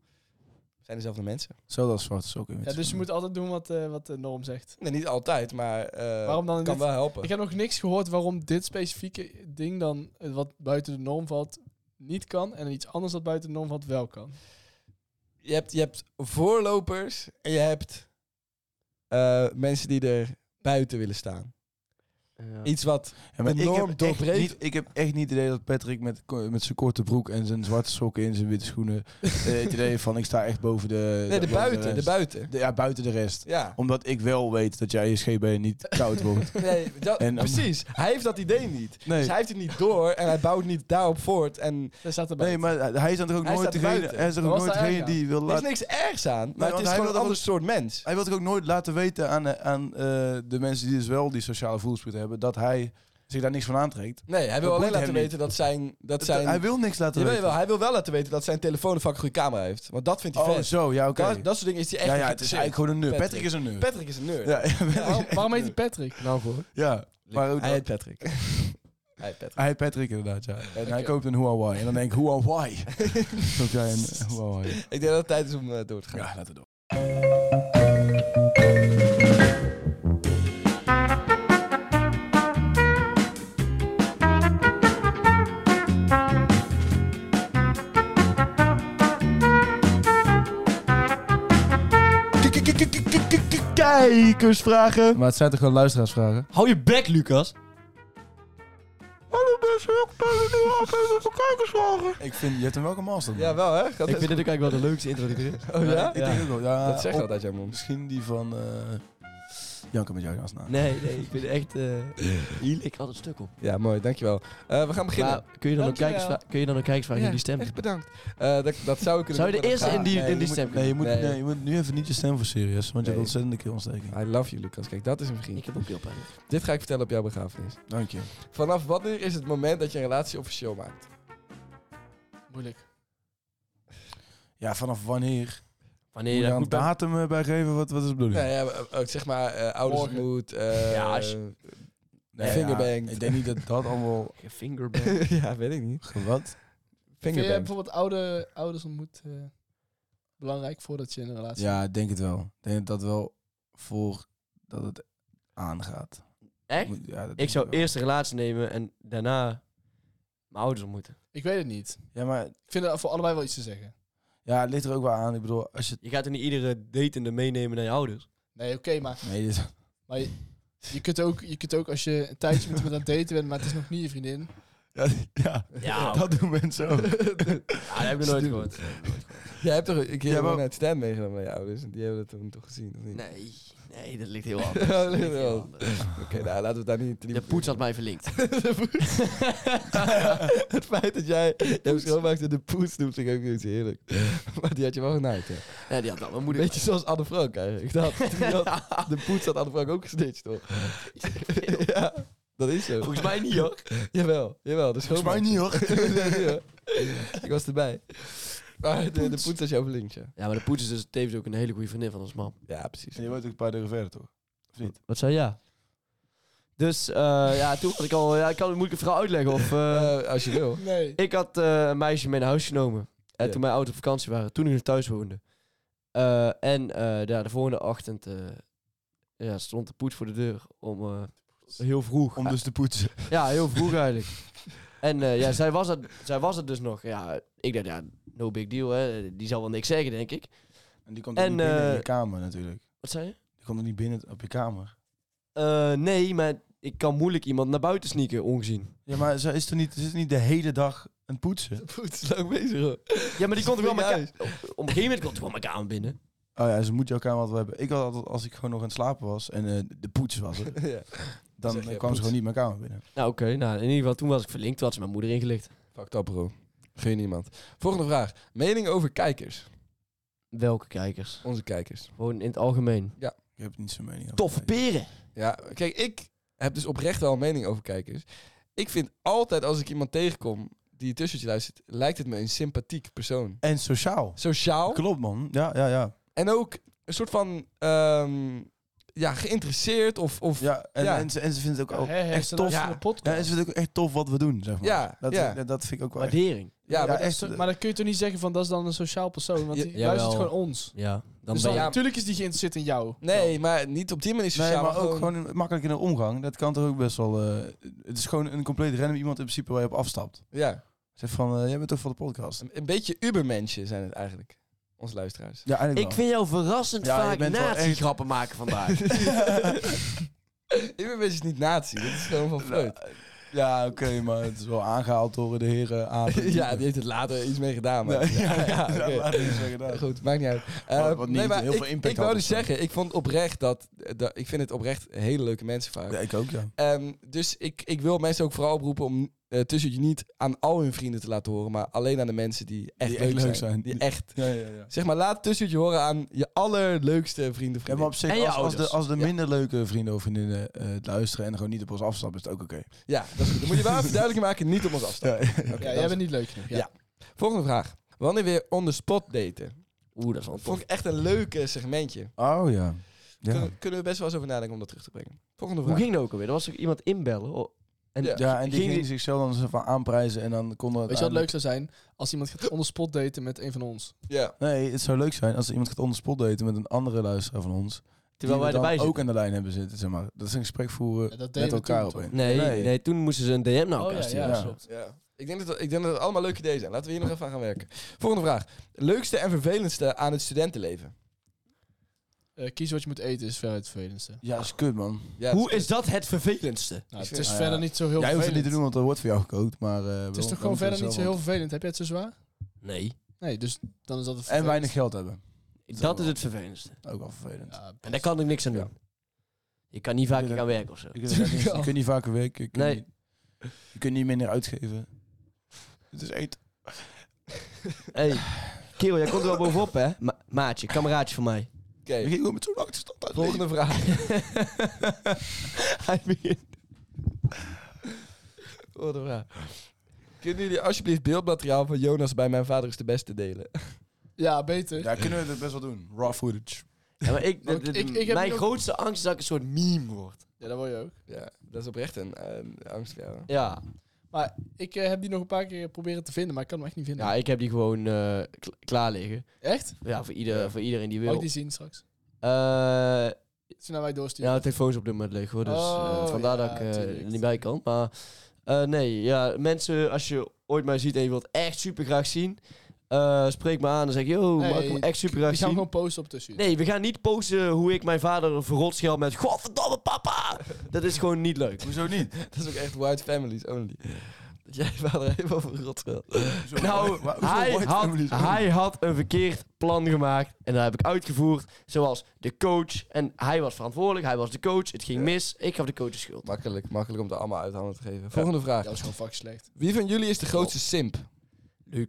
zijn dezelfde mensen.
Hetzelfde als zwarte sokken.
Ja, dus je moet altijd doen wat, eh, wat de norm zegt.
Nee, niet altijd, maar eh,
Waarom dan
kan
niet?
wel helpen.
Ik heb nog niks gehoord waarom dit specifieke ding dan, eh, wat buiten de norm valt, niet kan. En iets anders dat buiten de norm valt, wel kan.
je, hebt, je hebt voorlopers en je hebt eh, mensen die er buiten willen staan. Iets wat
Ja, maar
de
ik
norm
heb echt
doorbreekt.
niet- Ik heb echt niet het idee dat Patrick met, ko- met zijn korte broek en zijn zwarte sokken in zijn witte schoenen eh, het idee heeft van ik sta echt boven de...
Nee, de
boven
buiten, de
rest.
buiten.
De- ja, buiten de rest.
Ja,
Omdat ik wel weet dat jij je scheenbeen niet koud wordt.
nee, dat,
En om-
precies. Hij heeft dat idee niet.
Nee.
Dus hij heeft het niet door en hij bouwt niet daarop voort. En
Daar staat erbij.
Nee, maar hij is dan toch ook
Hij
nooit
staat er
degene,
buiten.
hij is toch
Dat
ook
was
nooit
daar
degene
erg aan.
die wil
er is
laten...
niks ergs aan, maar
want
het is gewoon
hij wil
een
dat
ander soort mens.
Hij wil toch ook nooit laten weten aan, eh, aan eh, de mensen die dus wel die sociale voelspriet hebben, dat hij zich daar niks van aantrekt.
Nee, hij wil
Dat
alleen
boeit
laten
hem
weten dat zijn... Dat
Dat-
zijn
Hij wil niks laten
Jawel,
weten.
jawel, hij wil wel laten weten dat zijn telefoon een fucking goede camera heeft. Want dat vindt hij
Oh,
vet.
zo, ja, oké.
Dat, dat soort dingen is hij echt
Ja, ja, het is
geïnteresseerd.
eigenlijk gewoon een nerd. Patrick,
Patrick
is een nerd.
Patrick is een nerd.
Ja,
waarom, waarom heet hij Patrick?
Nou voor.
ja. Maar ook-
Hij heet Patrick. hij heet Patrick.
Hij heet Patrick inderdaad, ja. En hij koopt een Huawei. En dan denk ik, Huawei. Koop jij een eh, Huawei?
Ik denk dat het tijd is om eh, door te gaan.
Ja, laten we door.
Kijkersvragen.
Maar het zijn toch gewoon luisteraarsvragen?
Hou je bek, Lucas.
Ik vind, je hebt hem wel gemaster.
Ja, wel hè? Gaat
Ik vind eh, dit ook eigenlijk wel de leukste intro die er is.
Oh ja?
Ik denk ook wel. Ja,
Dat zegt
op-
altijd uit jouw mond.
Misschien die van... eh Janke met jou als naam.
Nee, nee, ik vind het echt... eh ik had een stuk op.
Ja, mooi. Dankjewel. Eh, we gaan beginnen.
Maar kun je dan ook
Dankjewel.
kijkersvra- kun je dan ook kijkersvragen
Ja,
in die stem?
Echt bedankt. Eh, dat, dat zou ik kunnen
Zou
doen, maar
je de
dat
eerste in die,
Nee,
in
je
die
moet-
stem
Nee, je moet,
Nee.
nee. je moet nu even niet je stem voor serieus, want je
Nee.
hebt ontzettende keelontsteking.
I love you, Lucas. Kijk, dat is een vriend.
Ik heb ook heel pijn.
Dit ga ik vertellen op jouw begrafenis.
Dank je.
Vanaf wanneer is het moment dat je een relatie officieel maakt?
Moeilijk.
Ja, vanaf wanneer?
Wanneer
Moet
je
je
daar
aan
goed bent.
datum eh, bij geven? Wat, wat is de bedoeling?
Nou ja, eh, eh, zeg maar eh ouders
Morgen.
ontmoet, eh,
Ja, als je-
Nee,
Fingerbanked.
ja, ik denk niet dat dat allemaal...
Je fingerbang.
ja, weet ik niet.
Wat?
Vind je
Fingerbank.
bijvoorbeeld oude, ouders ontmoet eh, belangrijk voordat je in een relatie
Ja, ik denk het wel. Ik denk dat wel voor dat het aangaat.
Echt?
Moet- Ja, dat denk
Ik zou
wel.
eerst een relatie nemen en daarna mijn ouders ontmoeten.
Ik weet het niet.
Ja, maar
Ik vind er voor allebei wel iets te zeggen.
ja, het ligt er ook wel aan. Ik bedoel, als je...
Je gaat er niet iedere datende meenemen naar je ouders.
Nee, oké, maar,
Nee, dit is-
maar je, je, kunt ook, je kunt ook als je een tijdje met iemand aan het daten bent, maar het is nog niet je vriendin.
ja, ja,
Ja,
dat doen mensen ook.
Ja, dat heb ik nooit gehoord.
Jij hebt toch ik
Ja,
heb
maar-
naar het stand meegenomen bij je ouders. En die hebben dat toen toch gezien, of niet?
Nee, nee, dat ligt heel
Ja,
anders.
dat
Dat ligt
ligt
heel
wel.
anders.
Oké, nou laten we daar niet...
De poets had mij verlinkt.
het feit dat jij hem schoonmaakte de poets noemt ik ook niet heerlijk. maar die had je wel genaaid, hè?
Nee, die had wel mijn
Een
moeder.
beetje zoals Anne Frank eigenlijk. Dat, die had- de poets had Anne Frank ook gesnitcht, hoor. ja, dat is zo.
Volgens mij niet, hoor.
Jawel, jawel. De
Volgens mij
schoonmaak.
niet hoor.
Nee, hoor. ik was erbij. Maar de, de poets had je overlinkt, ja.
Ja, maar de poets is dus tevens ook een hele goede vriendin van ons man.
Ja, precies.
En je wordt ook een paar dagen verder toch?
Wat zei ja? Dus eh, ja, toen had ik al... Ja, ik kan, moet ik het verhaal uitleggen? Of, eh,
Eh, als je wil.
Nee.
ik had eh, een meisje mee naar huis genomen. En
Ja.
toen mijn ouders op vakantie waren, toen ik nog thuis woonde. Eh, en eh, ja, de volgende ochtend eh, ja, stond de poets voor de deur om... eh, heel vroeg.
Om dus te poetsen.
Ja, heel vroeg eigenlijk. En eh, ja, zij was, het, zij was het dus nog. Ja, ik dacht, ja, no big deal, hè. Die zal wel niks zeggen, denk ik.
En die komt
En,
ook niet binnen in
eh,
je kamer natuurlijk.
Wat zei je?
Die komt ook niet binnen op je kamer.
Eh, nee, maar ik kan moeilijk iemand naar buiten sneaken, ongezien.
Ja, maar ze is toch niet, ze is niet de hele dag aan het poetsen?
Poets lang bezig, hoor.
Ja, maar die kon toch wel
Spring
mijn kamer... Op een gegeven moment kon toch wel mijn kamer binnen.
Oh ja, ze moet jouw kamer altijd hebben. Ik had altijd, als ik gewoon nog aan het slapen was en eh, de poets was er,
ja.
dan
Zeg
eh,
je,
kwam
poets.
ze gewoon niet mijn kamer binnen.
Nou, oké. nou, in ieder geval, toen was ik verlinkt. Toen had ze mijn moeder ingelicht.
Fuck dat, bro. Geen niemand. Volgende vraag. Mening over kijkers.
Welke kijkers?
Onze kijkers.
Gewoon in het algemeen.
Ik heb niet zo'n mening over.
Toffe
Nee.
peren.
Ja, kijk, ik heb dus oprecht wel een mening over kijkers. Ik vind altijd als ik iemand tegenkom die tussentje luistert, lijkt het me een sympathiek persoon.
En sociaal.
Sociaal
Klopt man. Ja, ja, ja.
en ook een soort van ehm, ja, geïnteresseerd of, of ja,
ja, en,
Ja.
En, ze, en ze vindt het ook, ook
hè, hè,
echt
ze
tof.
luisteren
Ja.
de podcast.
en ze vindt het ook echt tof wat we doen, zeg maar.
Ja,
dat,
ja.
dat- dat vind ik ook wel echt-
Waardering.
Ja, maar
Ja,
dat is
echt,
toch-
eh,
Maar dan kun je toch niet zeggen van dat is dan een sociaal persoon, want
Ja,
die
jawel.
luistert gewoon ons.
Ja, dan
Dus
ben
dan,
je...
ja.
natuurlijk is die geïnteresseerd in jou.
Nee, maar niet op die manier sociaal.
Nee, maar
maar
ook gewoon in- makkelijk in de omgang. Dat kan toch ook best wel... eh, het is gewoon een compleet random iemand in principe waar je op afstapt.
Ja,
Zeg van, eh, jij bent toch van de podcast?
een, een beetje ubermenschen zijn het eigenlijk. Onze luisteraars.
Ja, eigenlijk
Ik vind jou verrassend
Ja, je
vaak
bent wel
nazi-grappen maken vandaag.
Ubermenschen is niet nazi. Dat is gewoon van Freud.
Nou, Ja, oké, maar het is wel aangehaald door de heren A.
ja, die heeft het later iets mee gedaan. Maar
Nee,
ja, ja,
Ja,
oké.
maar dat is wel gedaan.
Goed, maakt niet uit. Eh,
Wat- wat niet heel
ik,
veel impact
ik wou
had
dus
of zo.
zeggen, ik vond oprecht dat, dat... Ik vind het oprecht hele leuke mensen vaak.
Ja, ik ook, ja.
Ehm, dus ik, ik wil mensen ook vooral oproepen om eh tussen je niet aan al hun vrienden te laten horen, maar alleen aan de mensen die echt,
Die echt
leuk,
leuk
zijn.
zijn.
Die echt.
Ja, ja, ja.
Zeg maar, laat tussentje horen aan je allerleukste vrienden.
Ja,
vriendinnen.
oh, maar op zich,
En je
als, als de,
ouders.
als de minder leuke vrienden of vriendinnen eh, het luisteren en gewoon niet op ons afstappen, is het ook oké.
Ja, dat is goed. Dan moet je wel even duidelijk maken, niet op ons afstaan.
Ja.
ja, jij bent niet leuk genoeg. Ja.
Ja. Volgende vraag. Wanneer weer on the spot daten?
Oeh, dat is wel
Vond
tof.
ik echt een leuke segmentje.
Oh ja. Ja,
Kunnen, kunnen we best wel eens over nadenken om dat terug te brengen. Volgende
Hoe
vraag.
ging dat ook alweer? Er was ook iemand inbellen. oh, en
Ja.
ja en die
Ging
gingen
die-
zichzelf dan eens even aanprijzen en dan konden we
Weet je wat
uiteindelijk-
leuk zou zijn? Als iemand gaat on the spot daten met een van ons.
Ja.
Nee, het zou leuk zijn als er iemand gaat onder spot daten met een andere luisteraar van ons.
terwijl wij
die we
erbij
dan
zitten.
ook aan de lijn hebben zitten, zeg maar. Dat is een gesprek voeren
Ja, dat
met
deden we
elkaar
toen,
op
toch?
een.
Nee, nee.
Nee.
toen moesten ze een DM naar
Oh,
elkaar
ja,
sturen.
ja,
ja.
klopt.
ja. Ik, denk dat, ik denk dat het allemaal leuke ideeën zijn. Laten we hier nog even aan gaan werken. Volgende vraag. Leukste en vervelendste aan het studentenleven?
Eh, kies wat je moet eten is veruit het vervelendste.
Ja, is kut, man.
Ja,
Hoe is dat het vervelendste?
Nou,
Ik
het
vind-
is
Ah,
verder
ja.
niet zo heel
Jij hoeft het niet
vervelend.
te doen, want er wordt voor jou gekookt, maar... eh,
Het is toch gewoon verder niet zo heel vervelend? Heb je het zo zwaar?
Nee,
Nee, dus dan is dat het
En weinig geld hebben.
dat is het vervelendste.
Ook wel vervelend.
Ja, best.
En daar kan ik niks aan doen. Je kan niet vaker
Ja.
gaan werken of zo.
Je kunt, er niet- je kunt niet vaker werken. Je kunt,
Nee.
niet, je kunt niet minder uitgeven. Het is eten.
hey, kerel, jij komt er wel bovenop, hè? Ma- maatje, kameraadje van mij.
Oké,
Ik ging met zo'n achterstand uit.
volgende vraag.
Hij begint.
Volgende vraag. Kunnen jullie alsjeblieft beeldmateriaal van Jonas bij Mijn Vader is de Beste delen?
Ja, beter.
Ja, kunnen we dat best wel doen. Raw footage.
Ja, maar ik,
Want
de- de-
ik- ik heb
mijn
nu ook-
grootste angst is dat ik een soort meme word.
Ja, dat wil je ook.
Ja, dat is oprecht een, een angst voor jou. hè?
Ja,
Maar ik eh, heb die nog een paar keer proberen te vinden, maar ik kan hem echt niet vinden.
ja ik heb die gewoon eh, kla- klaar liggen.
Echt?
Ja, voor, ieder, voor iedereen die
Mag ik
wil.
die zien straks?
Eh,
Als je naar mij
ja,
doorsturen.
de telefoon is op dit moment leeg hoor. Dus eh,
Oh,
vandaar
ja,
dat ik eh,
tuurlijk.
er niet bij kan. Maar eh, nee, ja, mensen, als je ooit mij ziet en je wilt echt super graag zien, eh, spreek me aan en zeg: Yo,
Nee,
mag ik hem echt super graag
ik ga hem
zien?
gewoon posten op tussen
Nee, we gaan niet posten hoe ik mijn vader verrot schel met Godverdomme papa! Dat is gewoon niet leuk.
Hoezo niet?
Dat is ook echt white families only. Dat jij vader helemaal verrot wil.
Nou, hij had, hij had een verkeerd plan gemaakt en dat heb ik uitgevoerd. Zoals de coach. En hij was verantwoordelijk, hij was de coach. Het ging mis, ik gaf de coach de schuld.
Makkelijk, makkelijk om het allemaal uit handen te geven. Volgende vraag.
Dat is gewoon fucking slecht.
Wie van jullie is de grootste simp?
Luc.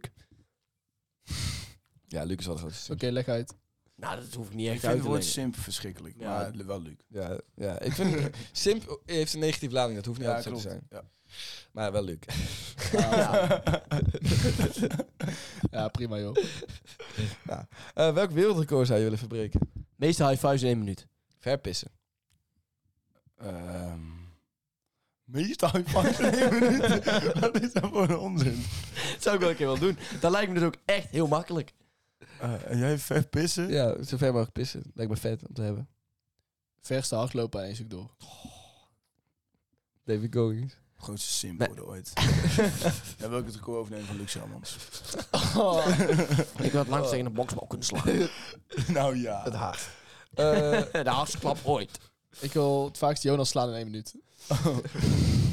Ja, Lucas wel de grootste
Oké, leg uit.
Nou, dat hoef ik niet
Ik
echt
vind
uit
het
te
woord
leggen.
simp verschrikkelijk,
Ja.
maar wel leuk.
Ja, ja, ik vind simp heeft een negatieve lading. Dat hoeft niet altijd zo te zijn.
Ja.
Maar wel Luc.
Ja, prima joh.
Eh, welk wereldrecord zou je willen verbreken?
Meeste high fives in één minuut.
Verpissen.
Ehm, Meestal in één minuut. Wat is dat voor een onzin?
Dat zou ik wel een keer wel doen. Dat lijkt me dus ook echt heel makkelijk.
Eh, en jij ver pissen?
Ja, zo ver mogelijk pissen. Lijkt me vet om te hebben.
Verste hardlopen eens ik door.
David Goggins.
Grootste simp
Nee.
worden ooit. Dan wil ik het record overnemen van Luc Schermans.
Ik wil het langs tegen een boksbal kunnen slaan.
nou ja.
haast.
Eh,
Eh, De hardste klap ooit.
Ik wil het vaakst Jonas slaan in één minuut.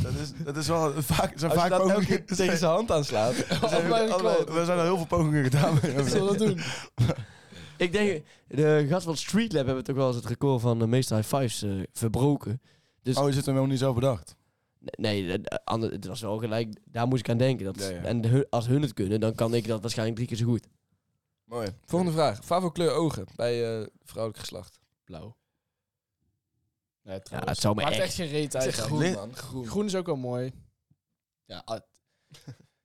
Dat is, dat is wel vaak, zijn
als je
vaak
dat elke keer
pogingen.
tegen zijn hand aanslaat.
we zijn-
Oh, mijn
allebei-
kloot.
we zijn al heel veel pogingen gedaan.
Zullen we dat doen?
Ik denk, de gast van Street Lab hebben toch wel eens het record van de meeste high fives eh, verbroken.
Oh, je zit hem helemaal niet zo bedacht.
Nee, eh, eh, ander- het was wel gelijk, daar moest ik aan denken. Dat,
Ja, ja.
En hun- als hun het kunnen, dan kan ik dat waarschijnlijk drie keer zo goed.
Mooi. Volgende vraag. Favoriete kleur ogen bij eh, vrouwelijk geslacht?
Blauw. Nee,
Ja,
trouwens.
het zou me
Maakt
echt...
echt geen reet
Zeg
uit.
groen,
Groen.
man. Groen.
Groen is ook wel mooi. Ja, ah,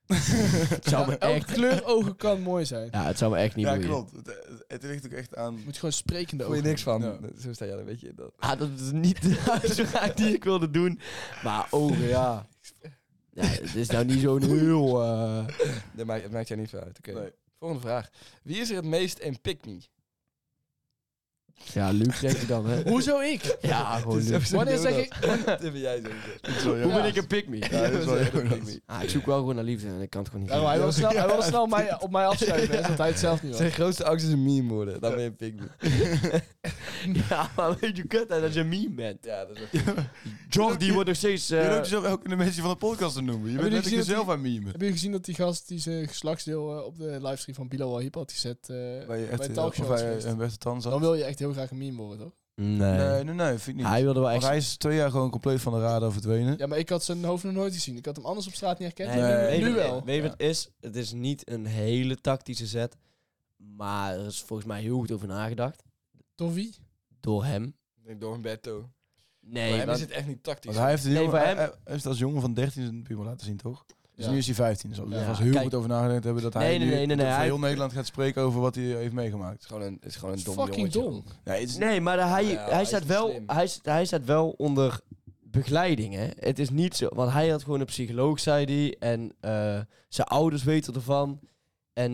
het zou me
ja, elke
echt
kleur ogen kan mooi zijn.
ja, het zou me echt niet
Ja,
boeien.
klopt. Het, het- het ligt ook echt aan...
Je moet gewoon sprekende
Voel je
ogen.
niks van.
Ja.
Zo sta jij dan, weet je. Dat.
Ah, dat is niet de uitspraak die ik wilde doen. Maar ogen, oh, ja. Ja, het is nou niet zo'n heel... eh,
Dat maakt, het maakt jou niet veel uit. Oké.
Nee.
Volgende vraag. Wie is er het meest een pick-me?
Ja, Luc krijgt hij dan, hè?
Hoezo ik?
Ja, gewoon
Dit is
Luc.
sowieso
Wanneer zeg
Jonas.
ik...
Dat ben jij sowieso.
Sorry,
Hoe
ja.
ben ik een pick-me?
Ja, dat is wel
Jonas.
Jonas.
Ah, ik zoek wel gewoon naar liefde en ik kan het gewoon niet
Ja, maar hij wil
vinden.
snel, hij wil snel mij, op mij afschuiven, hè, zodat hij het zelf niet was.
Zijn grootste angst is een meme worden. Dan ben je een pick-me.
Ja, maar weet je hoe kut hè, dat je een meme bent?
Ja, dat is wel
die wordt nog steeds...
Je
eh,
loopt dus- jezelf elke de mensen van de podcast te noemen. Je bent
jullie
net
gezien
jezelf
dat
aan meme.
Heb je gezien dat die gast die zijn geslachtsdeel eh, op de livestream van Bilal Wahib had gezet eh, bij, een talkshow was geweest?
een beste tand
Dan wil je echt heel graag een meme worden, toch?
Nee.
Nee, nee, nee, vind ik niet.
Hij wilde wel
Want
echt...
hij is twee jaar gewoon compleet van de radar verdwenen.
Ja, maar ik had zijn hoofd nog nooit gezien. Ik had hem anders op straat niet herkend.
Nee,
maar nu-
weet je
nu
wat-
wel.
Weet je wat het is? Het is niet een hele tactische zet. Maar er is volgens mij heel goed over nagedacht.
Door wie?
Door hem.
Ik denk door een Beto.
Nee,
Voor hem
want-
is het echt niet tactisch.
Want hij heeft, de
Nee,
jongen,
voor
hij,
hem-
hij heeft als jongen van 13 zijn piemel laten zien, toch? Dus
Ja.
nu is hij 15. Dus
Ja.
er was heel
Kijk.
goed over nagedacht hebben dat hij
Nee, nee,
nu
nee, nee, nee,
voor
hij-
heel Nederland gaat spreken over wat hij heeft meegemaakt.
Het is gewoon een, het is gewoon een
Dat is
dom
fucking
jongetje.
dom.
Ja, het is-
Nee, maar hij,
Ja, hij
hij,
is
staat
niet
wel,
slim.
hij, st- hij staat wel onder begeleiding. Hè? Het is niet zo. Want hij had gewoon een psycholoog, zei hij. En eh, zijn ouders weten ervan. En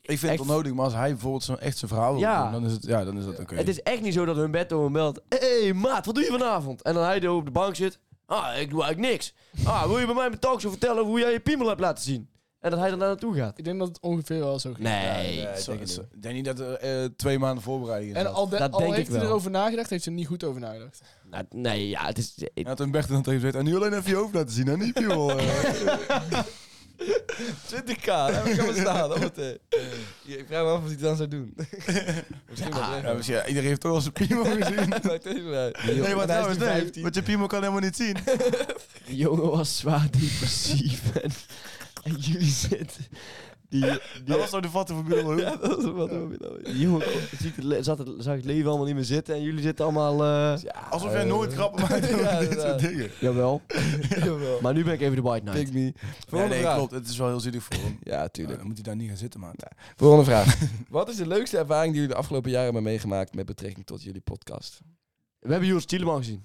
ik vind
Echt.
het onnodig, maar als hij bijvoorbeeld zo echt zijn verhaal wil
Ja.
doen, dan is, het, ja, dan is dat oké.
het is echt niet zo dat hun bed door hem belt. Hé, hey, maat, wat doe je vanavond? En dan hij er op de bank zit. Ah, ik doe eigenlijk niks. Ah, wil je bij mij mijn talkshow vertellen hoe jij je piemel hebt laten zien? En dat hij er daar naartoe gaat.
Ik denk dat het ongeveer wel zo ging.
Nee.
Ja, ik
Zo-
denk het
zo-
niet.
Ik denk niet dat er eh, twee maanden voorbereiding is.
En al, de,
Dat
al
denk
heeft
ik
hij
wel.
erover nagedacht, heeft hij er niet goed over nagedacht.
Nou, nee, ja, het is.
ja, toen Bert dan tegen hem zegt, en nu alleen even je hoofd laten zien, en niet piemel. eh."
20k, daar gaan we staan. dat wordt, eh. Ik vraag me af of hij het dan zou doen. Misschien wel.
ja, misschien, ja, iedereen heeft toch al zijn piemel gezien.
Maakt even uit.
Nee, maar
Want hij is
trouwens,
nu
nee,
15.
want je piemel kan helemaal niet zien.
Die jongen was zwaar depressief. en, en jullie zitten. Die, die-
Dat was nou de vatte van Bilal.
ja, dat is wat we dan Die jongen kon- ziet het le- zat het, zag het leven allemaal niet meer zitten. En jullie zitten allemaal. eh,
Ja,
Alsof jij nooit grappen maakt over
ja,
dit soort
inderdaad.
dingen.
jawel.
Jawel.
Maar nu ben ik even de White Knight.
Pick me.
Nee,
Volgende
nee,
vraag.
klopt. Het is wel heel zielig voor hem.
Ja,
Tuurlijk.
tuurlijk.
dan moet hij daar niet gaan zitten, maat.
Volgende vraag. Wat is de leukste ervaring die jullie de afgelopen jaren hebben meegemaakt met betrekking tot jullie podcast?
We hebben Jules Tieleman gezien.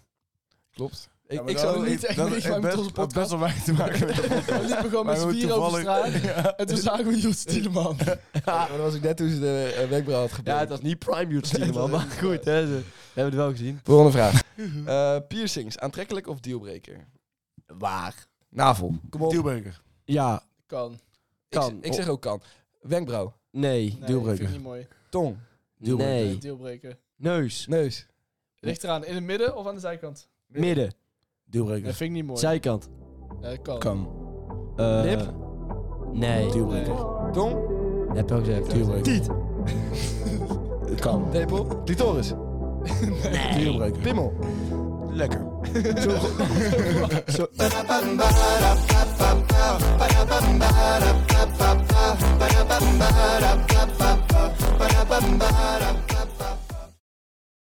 Klopt. Ik,
Ja, maar
ik
dat-
zou
niet echt
dat
meegemaakt
heeft
met
best-
onze
dat heeft
podcast.
best wel weinig te maken met de podcast.
We liepen gewoon met
Maar
z'n
we
vieren over straat.
toevallig- Ja.
En toen zagen we Jos Tieleman.
Maar dat was ik net toen ze de eh, wenkbrauw had gebeurd.
Ja, het was niet Prime Jules Tieleman. maar goed, hè, ze- we hebben het wel gezien.
Volgende vraag. Eh, piercings, aantrekkelijk of dealbreaker?
Waar?
Navel. Kom op.
Dealbreaker.
Ja,
Kan.
Ik,
Kan.
ik zeg ook kan. Wenkbrauw.
nee.
Nee,
Dealbreaker.
vind ik niet mooi.
Tong.
Nee.
Nee, Dealbreaker.
Neus.
Neus.
Ligt eraan, in het midden of aan de zijkant?
Midden.
Dat
Dealbreaker.
vind ik niet mooi.
Zijkant.
Eh, kan.
Kan.
Eh,
Lip?
Nee.
Dealbreaker.
Tong.
Heb je al gezegd.
Dealbreaker.
Tiet.
Kan.
Tepel. Clitoris.
Dealbreaker.
Pimmel.
Lekker.
Zo-